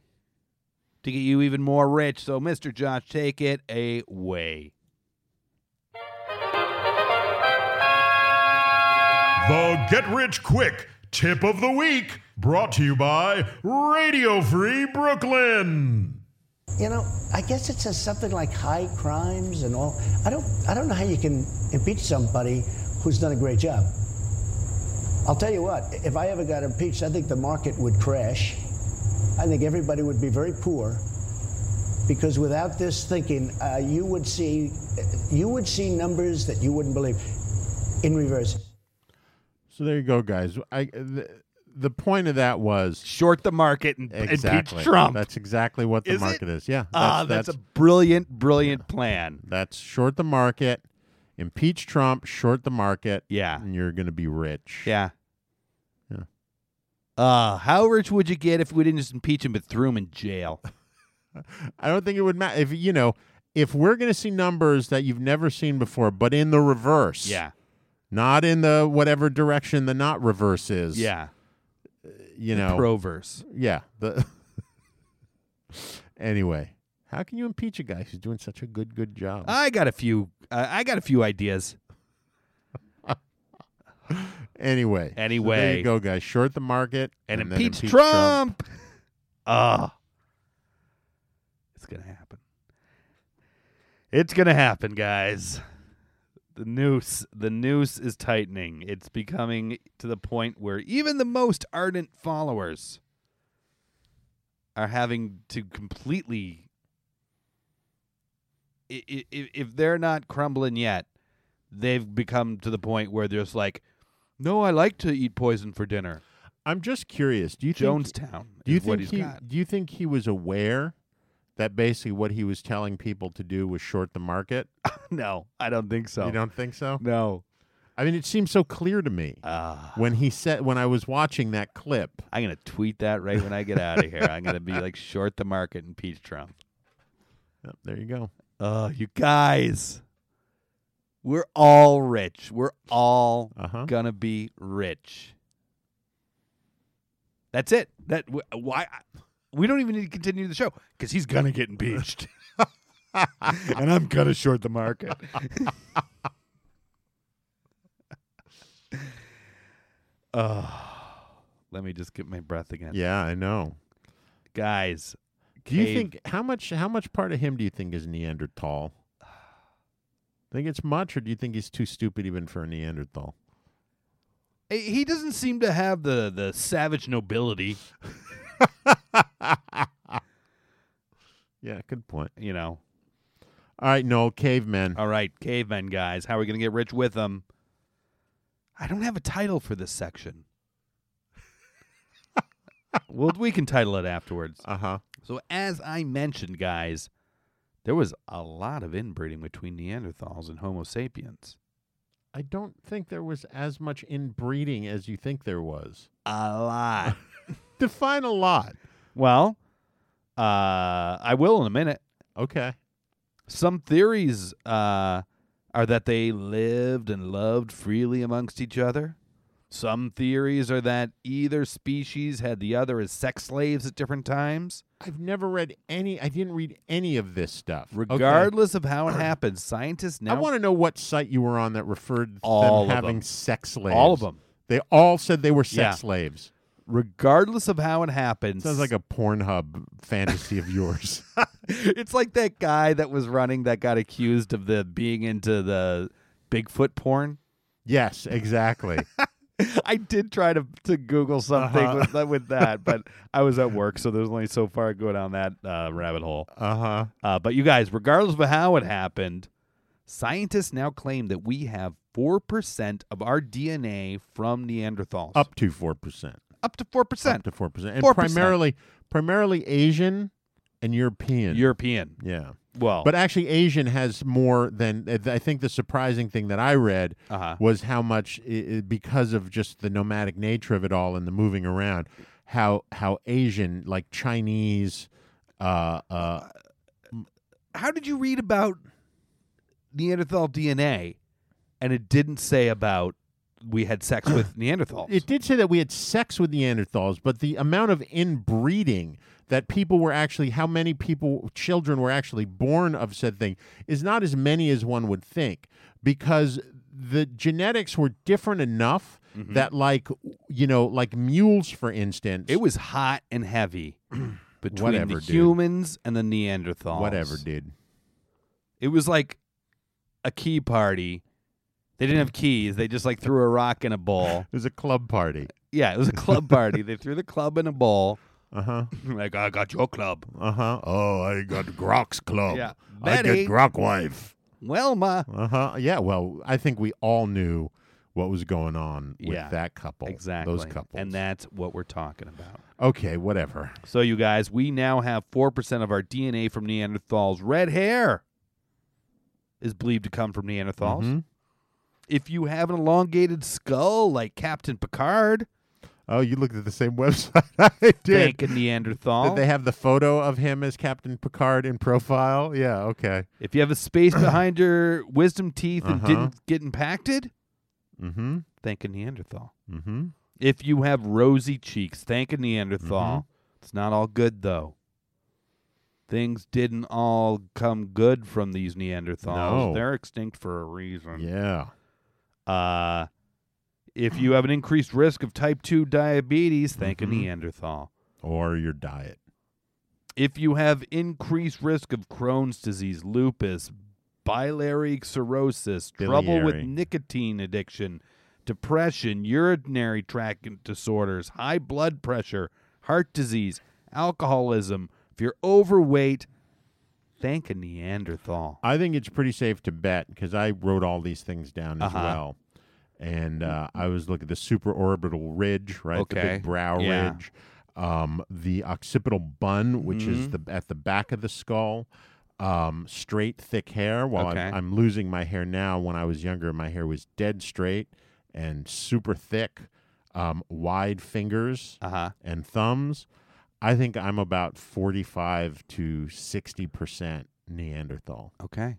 G: to get you even more rich. So, Mr. Josh, take it away.
H: The Get Rich Quick Tip of the Week, brought to you by Radio Free Brooklyn.
I: You know, I guess it says something like high crimes and all. I don't, I don't know how you can impeach somebody who's done a great job. I'll tell you what, if I ever got impeached, I think the market would crash. I think everybody would be very poor because without this thinking, uh, you would see, you would see numbers that you wouldn't believe. In reverse.
F: So there you go, guys. I uh, the, the point of that was
G: Short the market and and
F: exactly
G: impeach Trump.
F: That's exactly what the
G: Is it?
F: market is. Yeah, that's,
G: Ah, that's, a brilliant, brilliant plan.
F: that's short the market, impeach Trump, short the market.
G: Yeah.
F: and you're gonna be rich.
G: Yeah.
F: Yeah.
G: Uh, how rich would you get if we didn't just impeach him but threw him in jail?
F: I don't think it would matter if you know if we're gonna see numbers that you've never seen before, but in the reverse.
G: Yeah.
F: not in the whatever direction the not reverse is.
G: Yeah.
F: you know.
G: Proverse.
F: yeah. The anyway, how can you impeach a guy who's doing such a good good job?
G: I got a few. Uh, I got a few ideas.
F: Anyway. so there
G: Anyway.
F: you go, guys. Short the market
G: And,
F: then
G: impeach, Trump. Ah, it's gonna happen. It's gonna happen, guys. The noose, the noose is tightening. It's becoming to the point where even the most ardent followers are having to completely. i- i- i- If they're not crumbling yet, they've become to the point where they're just like, "No, I like to eat poison for dinner."
F: I'm just curious. Do you think
G: Jonestown.
F: do you
G: is what
F: think
G: he's
F: he
G: got.
F: do you think he was aware that basically what he was telling people to do was short the market?
G: No, I don't think so.
F: You don't think so?
G: No.
F: I mean, it seems so clear to me
G: Ah.
F: when he said when I was watching that clip.
G: I'm gonna tweet that right when I get out of here. I'm gonna be like short the market and peach Trump.
F: Yep, there you go.
G: Oh, you guys, we're all rich. We're all
F: Uh-huh.
G: gonna be rich. That's it. That wh- why we don't even need to continue the show because he's gonna get impeached, and I'm gonna short the market. oh, let me just get my breath again,
F: Yeah, I know.
G: guys.
F: Do you
G: cave-
F: think how much how much part of him do you think is Neanderthal? Think it's much, or do you think he's too stupid even for a Neanderthal?
G: Eh, he doesn't seem to have the the savage nobility?
F: Yeah, good point.
G: You know.
F: All right, Noel, caveman.
G: All right, cavemen guys, how are we going to get rich with them? I don't have a title for this section. well, we can title it afterwards.
F: Uh huh.
G: So, as I mentioned, guys, there was a lot of inbreeding between Neanderthals and Homo sapiens.
F: I don't think there was as much inbreeding as you think there was.
G: A lot.
F: Define a lot.
G: well, uh, I will in a minute.
F: Okay.
G: Some theories uh, are that they lived and loved freely amongst each other. Some theories are that either species had the other as sex slaves at different times.
F: I've never read any. I didn't read any of this stuff. Okay.
G: Regardless of how it happened, scientists now
F: I want to know what site you were on that referred to
G: All of
F: them having
G: them.
F: sex slaves.
G: All of them.
F: They all said they were sex
G: Yeah.
F: slaves.
G: regardless of how it happened,
F: Sounds like a Pornhub fantasy of yours.
G: it's like that guy that was running that got accused of the being into the Bigfoot porn.
F: yes, exactly.
G: I did try to, to Google something
F: Uh-huh.
G: with, with that, but I was at work, so there's only so far I go down that uh, rabbit hole.
F: Uh huh.
G: Uh, but you guys, regardless of how it happened, scientists now claim that we have 4% of our DNA from Neanderthals.
F: Up to four percent.
G: Up to 4%.
F: Up to four percent, and
G: 4%.
F: primarily primarily Asian and European.
G: European.
F: yeah.
G: Well,
F: But actually, Asian has more than. uh, I think the surprising thing that I read
G: Uh-huh.
F: was how much, i i- because of just the nomadic nature of it all and the moving around, how how Asian, like Chinese, uh, uh,
G: how did you read about Neanderthal DNA and it didn't say about we had sex with Neanderthals?
F: it did say that we had sex with Neanderthals, but the amount of inbreeding that people were actually, how many people, children were actually born of said thing, is not as many as one would think because the genetics were different enough
G: Mm-hmm.
F: that, like, you know, like mules, for instance,
G: It was hot and heavy between
F: Whatever,
G: the
F: dude.
G: humans and the Neanderthals.
F: whatever, dude.
G: It was like a key party. They didn't have keys. They just like threw a rock in a bowl.
F: It was a club party.
G: Yeah, it was a club party. They threw the club in a bowl.
F: Uh huh.
G: like I got your club.
F: Uh huh. Oh, I got Grok's club.
G: Yeah. Betty.
F: Grok wife.
G: Wilma.
F: Uh huh. Yeah. Well, I think we all knew what was going on with
G: Yeah,
F: that couple.
G: Exactly.
F: Those couples.
G: And that's what we're talking about.
F: Okay. Whatever.
G: So you guys, we now have 4% of our DNA from Neanderthals. Red hair is believed to come from Neanderthals.
F: Mhm.
G: If you have an elongated skull like Captain Picard,
F: Oh, you looked at the same website I did.
G: think a Neanderthal.
F: Did they have the photo of him as Captain Picard in profile? Yeah, okay.
G: if you have a space behind your wisdom teeth and
F: Uh-huh.
G: didn't get impacted,
F: Mm-hmm.
G: thank a Neanderthal.
F: Mm-hmm.
G: If you have rosy cheeks, thank a Neanderthal.
F: Mm-hmm.
G: It's not all good though. Things didn't all come good from these Neanderthals.
F: No.
G: They're extinct for a reason.
F: Yeah.
G: Uh, if you have an increased risk of type 2 diabetes, thank a
F: Mm-hmm.
G: Neanderthal.
F: Or your diet.
G: If you have increased risk of Crohn's disease, lupus, biliary cirrhosis, trouble with
F: Biliary.
G: nicotine addiction, depression, urinary tract disorders, high blood pressure, heart disease, alcoholism, if you're overweight, thank a Neanderthal.
F: I think it's pretty safe to bet because I wrote all these things down as
G: Uh-huh.
F: well. And uh, I was looking at the superorbital ridge, right? The
G: Okay.
F: big brow
G: Yeah.
F: ridge. Um, the occipital bun, which is
G: Mm-hmm.
F: the at the back of the skull. Um, straight, thick hair. While
G: Okay.
F: I'm, I'm losing my hair now, when I was younger, my hair was dead straight and super thick. Um, wide fingers
G: Uh-huh.
F: and thumbs. I think I'm about 45 to 60% Neanderthal.
G: Okay.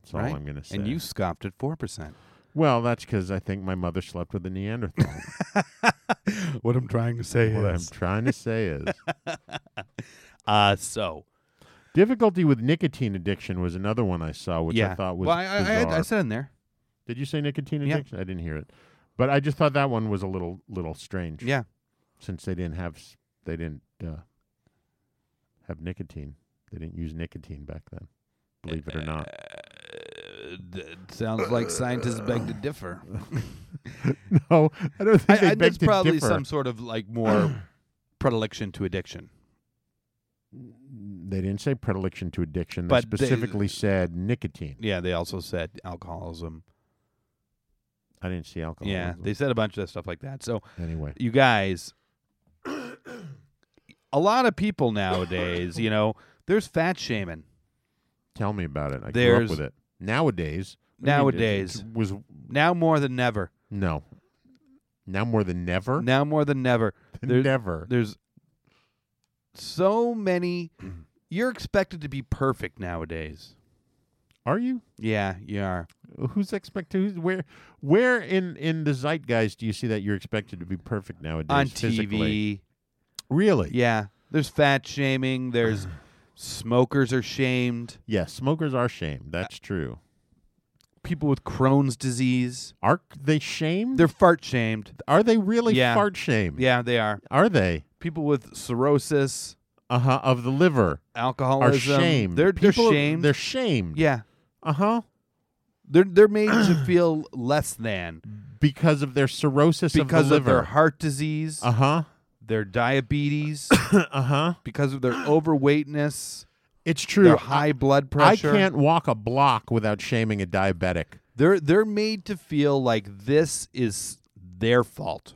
F: That's all
G: right?
F: I'm going to say.
G: And you scoffed at 4%.
F: Well, that's because I think my mother slept with a Neanderthal.
G: What I'm trying to say
F: what I'm trying to say is
G: Uh, so
F: difficulty with nicotine addiction was another one I saw, which
G: yeah,
F: I thought was
G: well, I, I- I,
F: bizarre.
G: I, said in there,
F: Did you say nicotine
G: Yeah.
F: addiction? I didn't hear it, but I just thought that one was a little little strange.
G: yeah,
F: since they didn't have s- they didn't uh, have nicotine, they didn't use nicotine back then. Believe it or not,
G: Uh, sounds like scientists beg to differ.
F: no, I don't
G: I,
F: think they
G: I-
F: beg
G: that's
F: to
G: probably
F: differ.
G: some sort of like more predilection to addiction.
F: They didn't say predilection to addiction. They
G: But they-
F: specifically said nicotine.
G: Yeah, they also said alcoholism.
F: I didn't see alcohol.
G: Yeah, they said a bunch of stuff like that. So
F: anyway.
G: you guys, a lot of people nowadays, you know, there's fat shaming.
F: Tell me about it. I grew
G: There's-
F: up with it. Nowadays. what do you mean, it-
G: Nowadays.
F: it was
G: now more than never.
F: no. Now more than never.
G: Now more than never. There-
F: never.
G: There's so many. You're expected to be perfect nowadays.
F: Are you?
G: Yeah, you are.
F: Who's expected? Who's where? Where in in the zeitgeist do you see that you're expected to be perfect nowadays?
G: On
F: physically?
G: TV.
F: Really?
G: Yeah. There's fat shaming. There's smokers are shamed.
F: Yes. Smokers are shamed. That's true.
G: People with Crohn's disease.
F: Are they shamed?
G: They're fart shamed.
F: are they really
G: Yeah.
F: fart shamed?
G: Yeah, they are.
F: Are they?
G: People with cirrhosis,
F: Uh huh. Of the liver are
G: alcoholism.
F: shamed.
G: They're, they're
F: People-
G: shamed.
F: They're shamed.
G: yeah.
F: Uh huh.
G: They're they're made to feel less than
F: Because of their cirrhosis
G: because
F: of the
G: of
F: liver.
G: their heart disease,
F: Uh huh.
G: their diabetes.
F: Uh huh.
G: because of their overweightness,
F: It's true.
G: their high blood pressure.
F: I can't walk a block without shaming a diabetic.
G: They're they're made to feel like this is their fault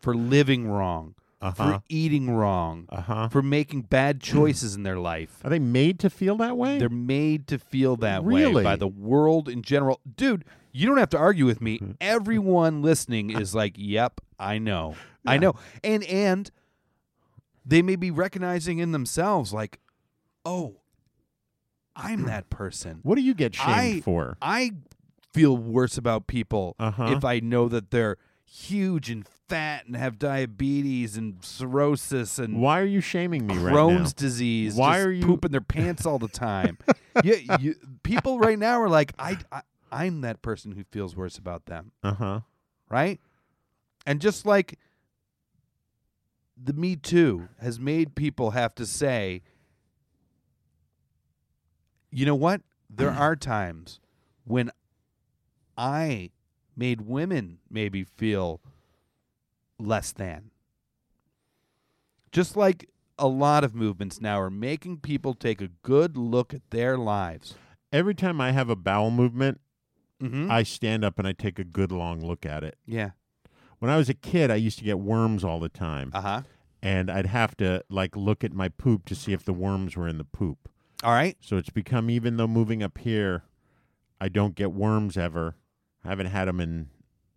G: for living wrong,
F: Uh-huh.
G: for eating wrong,
F: Uh-huh.
G: for making bad choices in their life.
F: Are they made to feel that way?
G: They're made to feel that way
F: Really?
G: by the world in general. Dude, you don't have to argue with me.
F: Hmm.
G: Everyone listening is like, "Yep, I know. I know." And and they may be recognizing in themselves like, "Oh, I'm that person."
F: what do you get shamed
G: I,
F: for?
G: I feel worse about people
F: Uh-huh.
G: if I know that they're huge and fat and have diabetes and cirrhosis and
F: Why are you shaming me right now?
G: Crohn's disease.
F: Why
G: just
F: are you-
G: pooping their pants all the time? you, you, people right now are like, I, I, I'm that person who feels worse about them,
F: Uh huh.
G: right? And just like the Me Too has made people have to say, you know what? There are times when I made women maybe feel less than. Just like a lot of movements now are making people take a good look at their lives.
F: Every time I have a bowel movement,
G: Mm-hmm.
F: I stand up and I take a good long look at it.
G: yeah.
F: When I was a kid, I used to get worms all the time,
G: Uh huh.
F: and I'd have to like look at my poop to see if the worms were in the poop.
G: All right.
F: So it's become even though moving up here, I don't get worms ever. I haven't had them in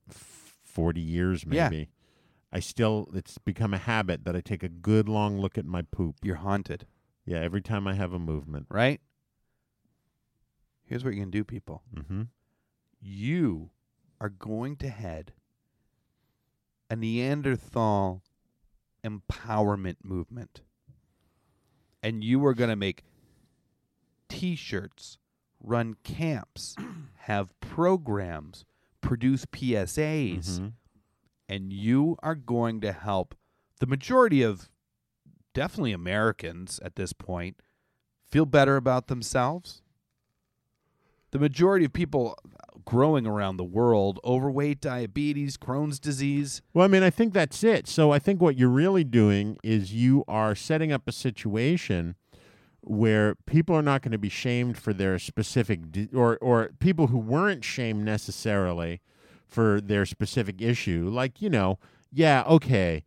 F: f- forty years,
G: Yeah.
F: maybe. I still it's become a habit that I take a good long look at my poop.
G: You're haunted,
F: Yeah, every time I have a movement.
G: right? Here's what you can do, people.
F: Mm-hmm.
G: You are going to head a Neanderthal empowerment movement. And you are going to make t shirts, run camps, have programs, produce PSAs. and you are going to help the majority of definitely Americans at this point feel better about themselves. The majority of people growing around the world, overweight, diabetes, Crohn's disease.
F: Well, I mean, I think that's it. So I think what you're really doing is you are setting up a situation where people are not going to be shamed for their specific di- or or people who weren't shamed necessarily for their specific issue. Like, you know, yeah, okay.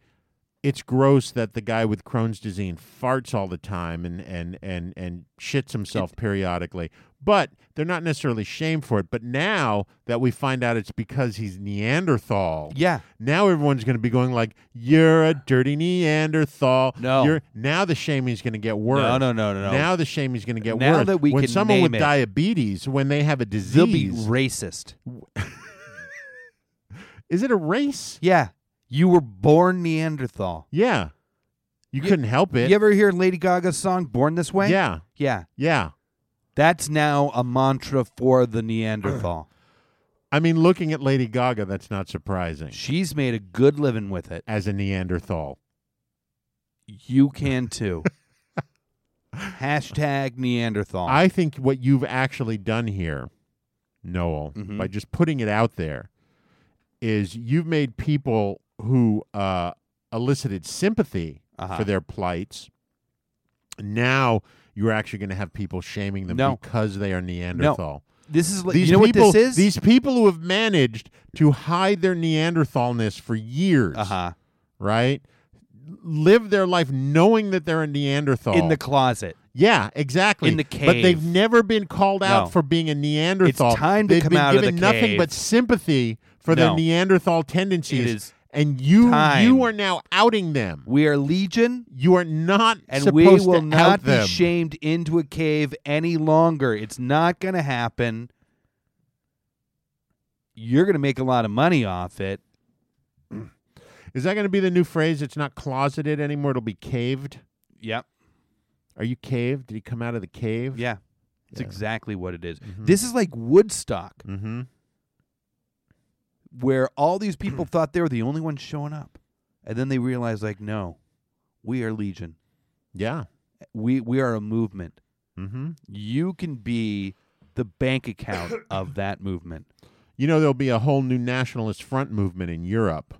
F: It's gross that the guy with Crohn's disease farts all the time and and and and shits himself periodically. But they're not necessarily shamed for it. But now that we find out it's because he's Neanderthal.
G: Yeah.
F: Now everyone's going to be going like, "You're a dirty Neanderthal."
G: No.
F: You're now the shaming's going to get worse.
G: No, no, no, no, no.
F: Now the shaming's going to get
G: Now
F: worse.
G: that we
F: when
G: can
F: someone with
G: name it,
F: diabetes, when they have a
G: They'll be
F: disease,
G: racist.
F: is it a race?
G: Yeah. You were born Neanderthal.
F: Yeah, you
G: Ye-
F: couldn't help it.
G: You ever hear Lady Gaga's song Born This Way?
F: Yeah,
G: Yeah.
F: yeah.
G: That's now a mantra for the Neanderthal.
F: I mean, looking at Lady Gaga, that's not surprising.
G: She's made a good living with it.
F: As a Neanderthal,
G: You can too. Hashtag Neanderthal.
F: I think what you've actually done here, Noel,
G: Mhm.
F: by just putting it out there, is you've made people who uh, elicited sympathy
G: Uh-huh.
F: for their plights. Now you're actually going to have people shaming them
G: No.
F: because they are Neanderthal.
G: this is like,
F: These
G: you know
F: people,
G: what this is?
F: These people who have managed to hide their Neanderthalness for years,
G: uh-huh.
F: right? Live their life knowing that they're a Neanderthal
G: in the closet.
F: yeah, exactly.
G: In the
F: But they've
G: cave.
F: never been called out
G: No.
F: for being a Neanderthal.
G: It's time to
F: they've
G: come
F: been
G: out of the
F: given nothing
G: cave.
F: but sympathy for their
G: No.
F: Neanderthal tendencies.
G: It is
F: and you
G: time.
F: you are now outing them.
G: We are legion
F: You are not
G: and we
F: supposed
G: will
F: to out
G: not be
F: them.
G: shamed into a cave any longer. It's not going to happen. You're going to make a lot of money off it.
F: Is that going to be the new phrase? It's not closeted anymore. It'll be caved.
G: Yep.
F: Are you caved? Did he come out of the cave?
G: Yeah. It's
F: Yeah.
G: exactly what it is. This is like Woodstock
F: Mm-hmm.
G: where all these people thought they were the only ones showing up. And then they realized like no. We are legion.
F: Yeah.
G: We we are a movement.
F: Mm-hmm.
G: you can be the bank account of that movement.
F: You know, there'll be a whole new nationalist front movement in Europe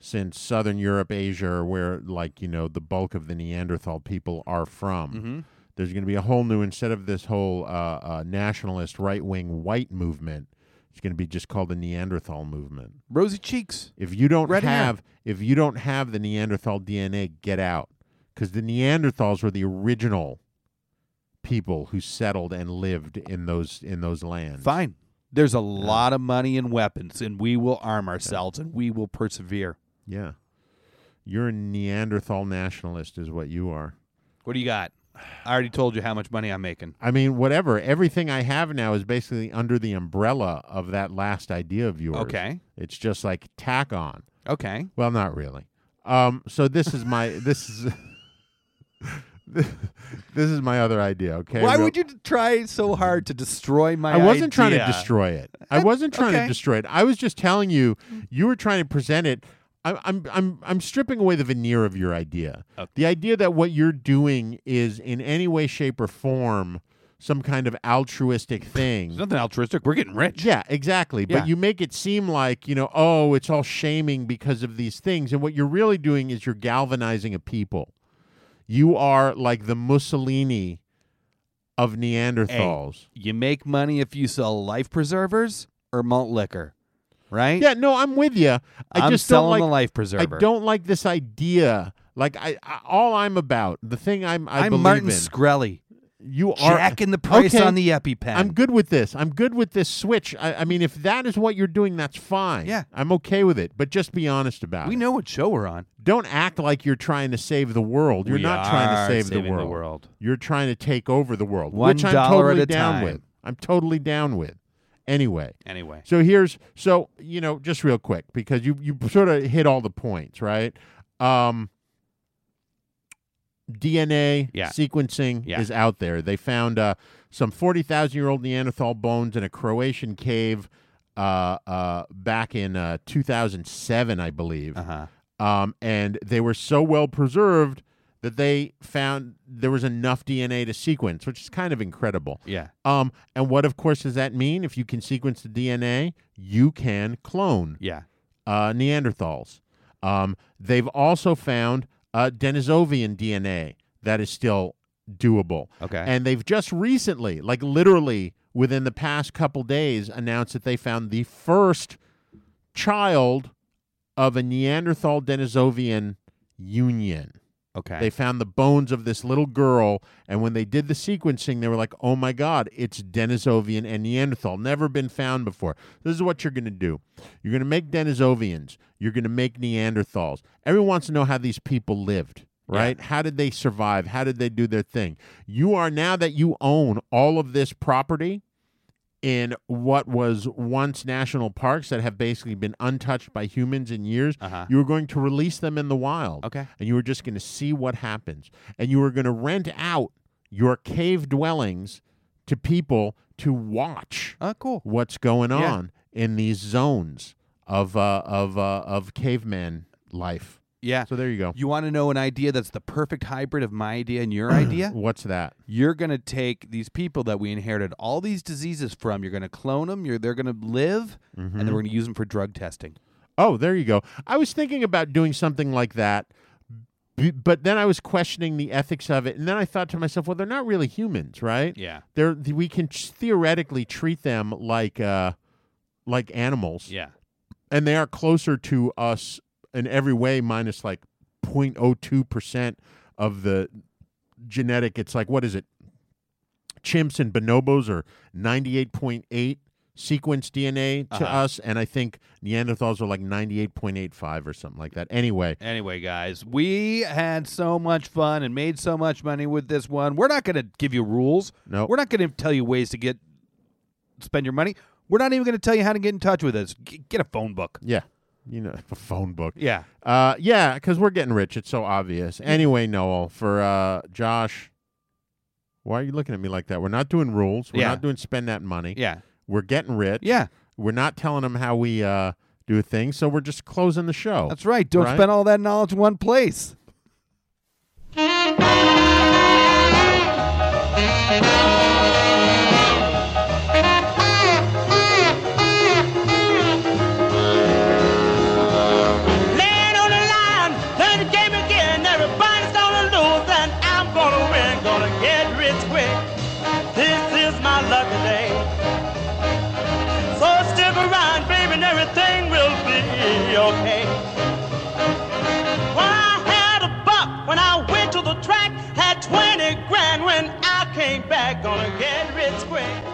F: since Southern Europe, Asia, are where, like, you know, the bulk of the Neanderthal people are from. There's going to be a whole new, instead of this whole uh, uh, nationalist right wing white movement, it's going to be just called the Neanderthal movement.
G: Rosy cheeks.
F: If you don't
G: Red hair.
F: have, if you don't have the Neanderthal DNA, get out, because the Neanderthals were the original people who settled and lived in those in those lands.
G: Fine. There's a lot of money in weapons, and we will arm ourselves and we will persevere.
F: Yeah. You're a Neanderthal nationalist, is what you are.
G: What do you got? I already told you how much money I'm making.
F: I mean, whatever. Everything I have now is basically under the umbrella of that last idea of yours.
G: Okay.
F: It's just like tack on.
G: Okay.
F: Well, not really. Um, so this is my this is this is my other idea. Okay.
G: Why
F: Real-
G: would you try so hard to destroy my
F: I wasn't trying to
G: idea?
F: destroy it. I wasn't trying
G: okay. Mm-hmm.
F: to destroy it. I was just telling you. You were trying to present it. I, I'm I'm I'm stripping away the veneer of your idea. The idea that what you're doing is in any way, shape, or form some kind of altruistic thing.
G: There's nothing altruistic. We're getting rich.
F: Yeah, exactly.
G: Yeah.
F: But you make it seem like, you know, oh, it's all shaming because of these things. And what you're really doing is you're galvanizing a people. You are like the Mussolini of Neanderthals.
G: You make money if you sell life preservers or malt liquor, right?
F: Yeah, no, I'm with you. I
G: am
F: just don't
G: selling
F: like
G: a life
F: I
G: preserver.
F: don't like this idea. Like I, I all I'm about, the thing I'm I
G: I'm
F: believe
G: Martin
F: in.
G: Screlly,
F: you are
G: jacking the price
F: Okay.
G: on the EpiPen.
F: I'm good with this. I'm good with this switch. I, I mean, if that is what you're doing, that's fine.
G: Yeah.
F: I'm okay with it. But just be honest about
G: We
F: it.
G: know what show we're on.
F: don't act like you're trying to save the world. You're
G: We
F: not trying
G: are
F: to save
G: saving
F: the,
G: the
F: world.
G: world.
F: You're trying to take over the world,
G: One
F: which I'm
G: dollar
F: totally
G: at a
F: down
G: time.
F: with. I'm totally down with. Anyway,
G: Anyway,
F: so here's so you know just real quick because you you sort of hit all the points, right? Um, DNA
G: Yeah.
F: sequencing
G: Yeah.
F: is out there. They found uh, some forty thousand year old Neanderthal bones in a Croatian cave uh, uh, back in uh, two thousand seven, I believe
G: uh-huh.
F: um, and they were so well preserved that they found there was enough DNA to sequence, which is kind of incredible.
G: Yeah.
F: Um, and what, of course, does that mean? If you can sequence the DNA, you can clone
G: yeah,
F: uh, Neanderthals. Um, they've also found uh, Denisovian DNA that is still doable.
G: Okay.
F: And they've just recently, like literally within the past couple days, announced that they found the first child of a Neanderthal Denisovian union.
G: okay.
F: They found the bones of this little girl, and when they did the sequencing, they were like, "Oh my God, it's Denisovian and Neanderthal, never been found before." This is what you're going to do: you're going to make Denisovians, you're going to make Neanderthals. Everyone wants to know how these people lived, right? How did they survive? How did they do their thing? You are now that you own all of this property in what was once national parks that have basically been untouched by humans in years.
G: Uh-huh.
F: You were going to release them in the wild.
G: Okay.
F: And you were just going to see what happens. And you were going to rent out your cave dwellings to people to watch
G: oh, cool.
F: what's going
G: Yeah.
F: on in these zones of uh, of uh, of caveman life.
G: Yeah.
F: So there you go.
G: You want to know an idea that's the perfect hybrid of my idea and your idea?
F: What's that?
G: You're going to take these people that we inherited all these diseases from, you're going to clone them, you're, they're going to live, and then we're going to use them for drug testing.
F: Oh, there you go. I was thinking about doing something like that, b- but then I was questioning the ethics of it, and then I thought to myself, well, they're not really humans, right?
G: Yeah.
F: They're th- we can ch- theoretically treat them like uh, like animals,
G: Yeah.
F: and they are closer to us in every way, minus like 0.02 percent of the genetic. It's like what is it? Chimps and bonobos are 98.8 sequence DNA
G: Uh-huh.
F: to us, and I think Neanderthals are like 98.85 or something like that. Anyway,
G: Anyway, guys, we had so much fun and made so much money with this one. We're not going to give you rules.
F: No.
G: We're not going to tell you ways to get spend your money. We're not even going to tell you how to get in touch with us. G- get a phone book.
F: yeah, you know, a phone book.
G: Yeah.
F: Uh, yeah, because we're getting rich. It's so obvious. Anyway, Noel, for uh, Josh, why are you looking at me like that? We're not doing rules. We're
G: Yeah.
F: not doing spend that money.
G: Yeah.
F: We're getting rich.
G: Yeah.
F: We're not telling them how we uh, do things. So we're just closing the show.
G: That's right. Don't spend all that knowledge in one place.
E: Land on the line, play the game again. Everybody's gonna lose, and I'm gonna win. Gonna get rich quick. This is my lucky day. So stick around, baby, and everything will be okay. When I had a buck, when I went to the track, had 20 grand when I came back. Gonna get rich quick.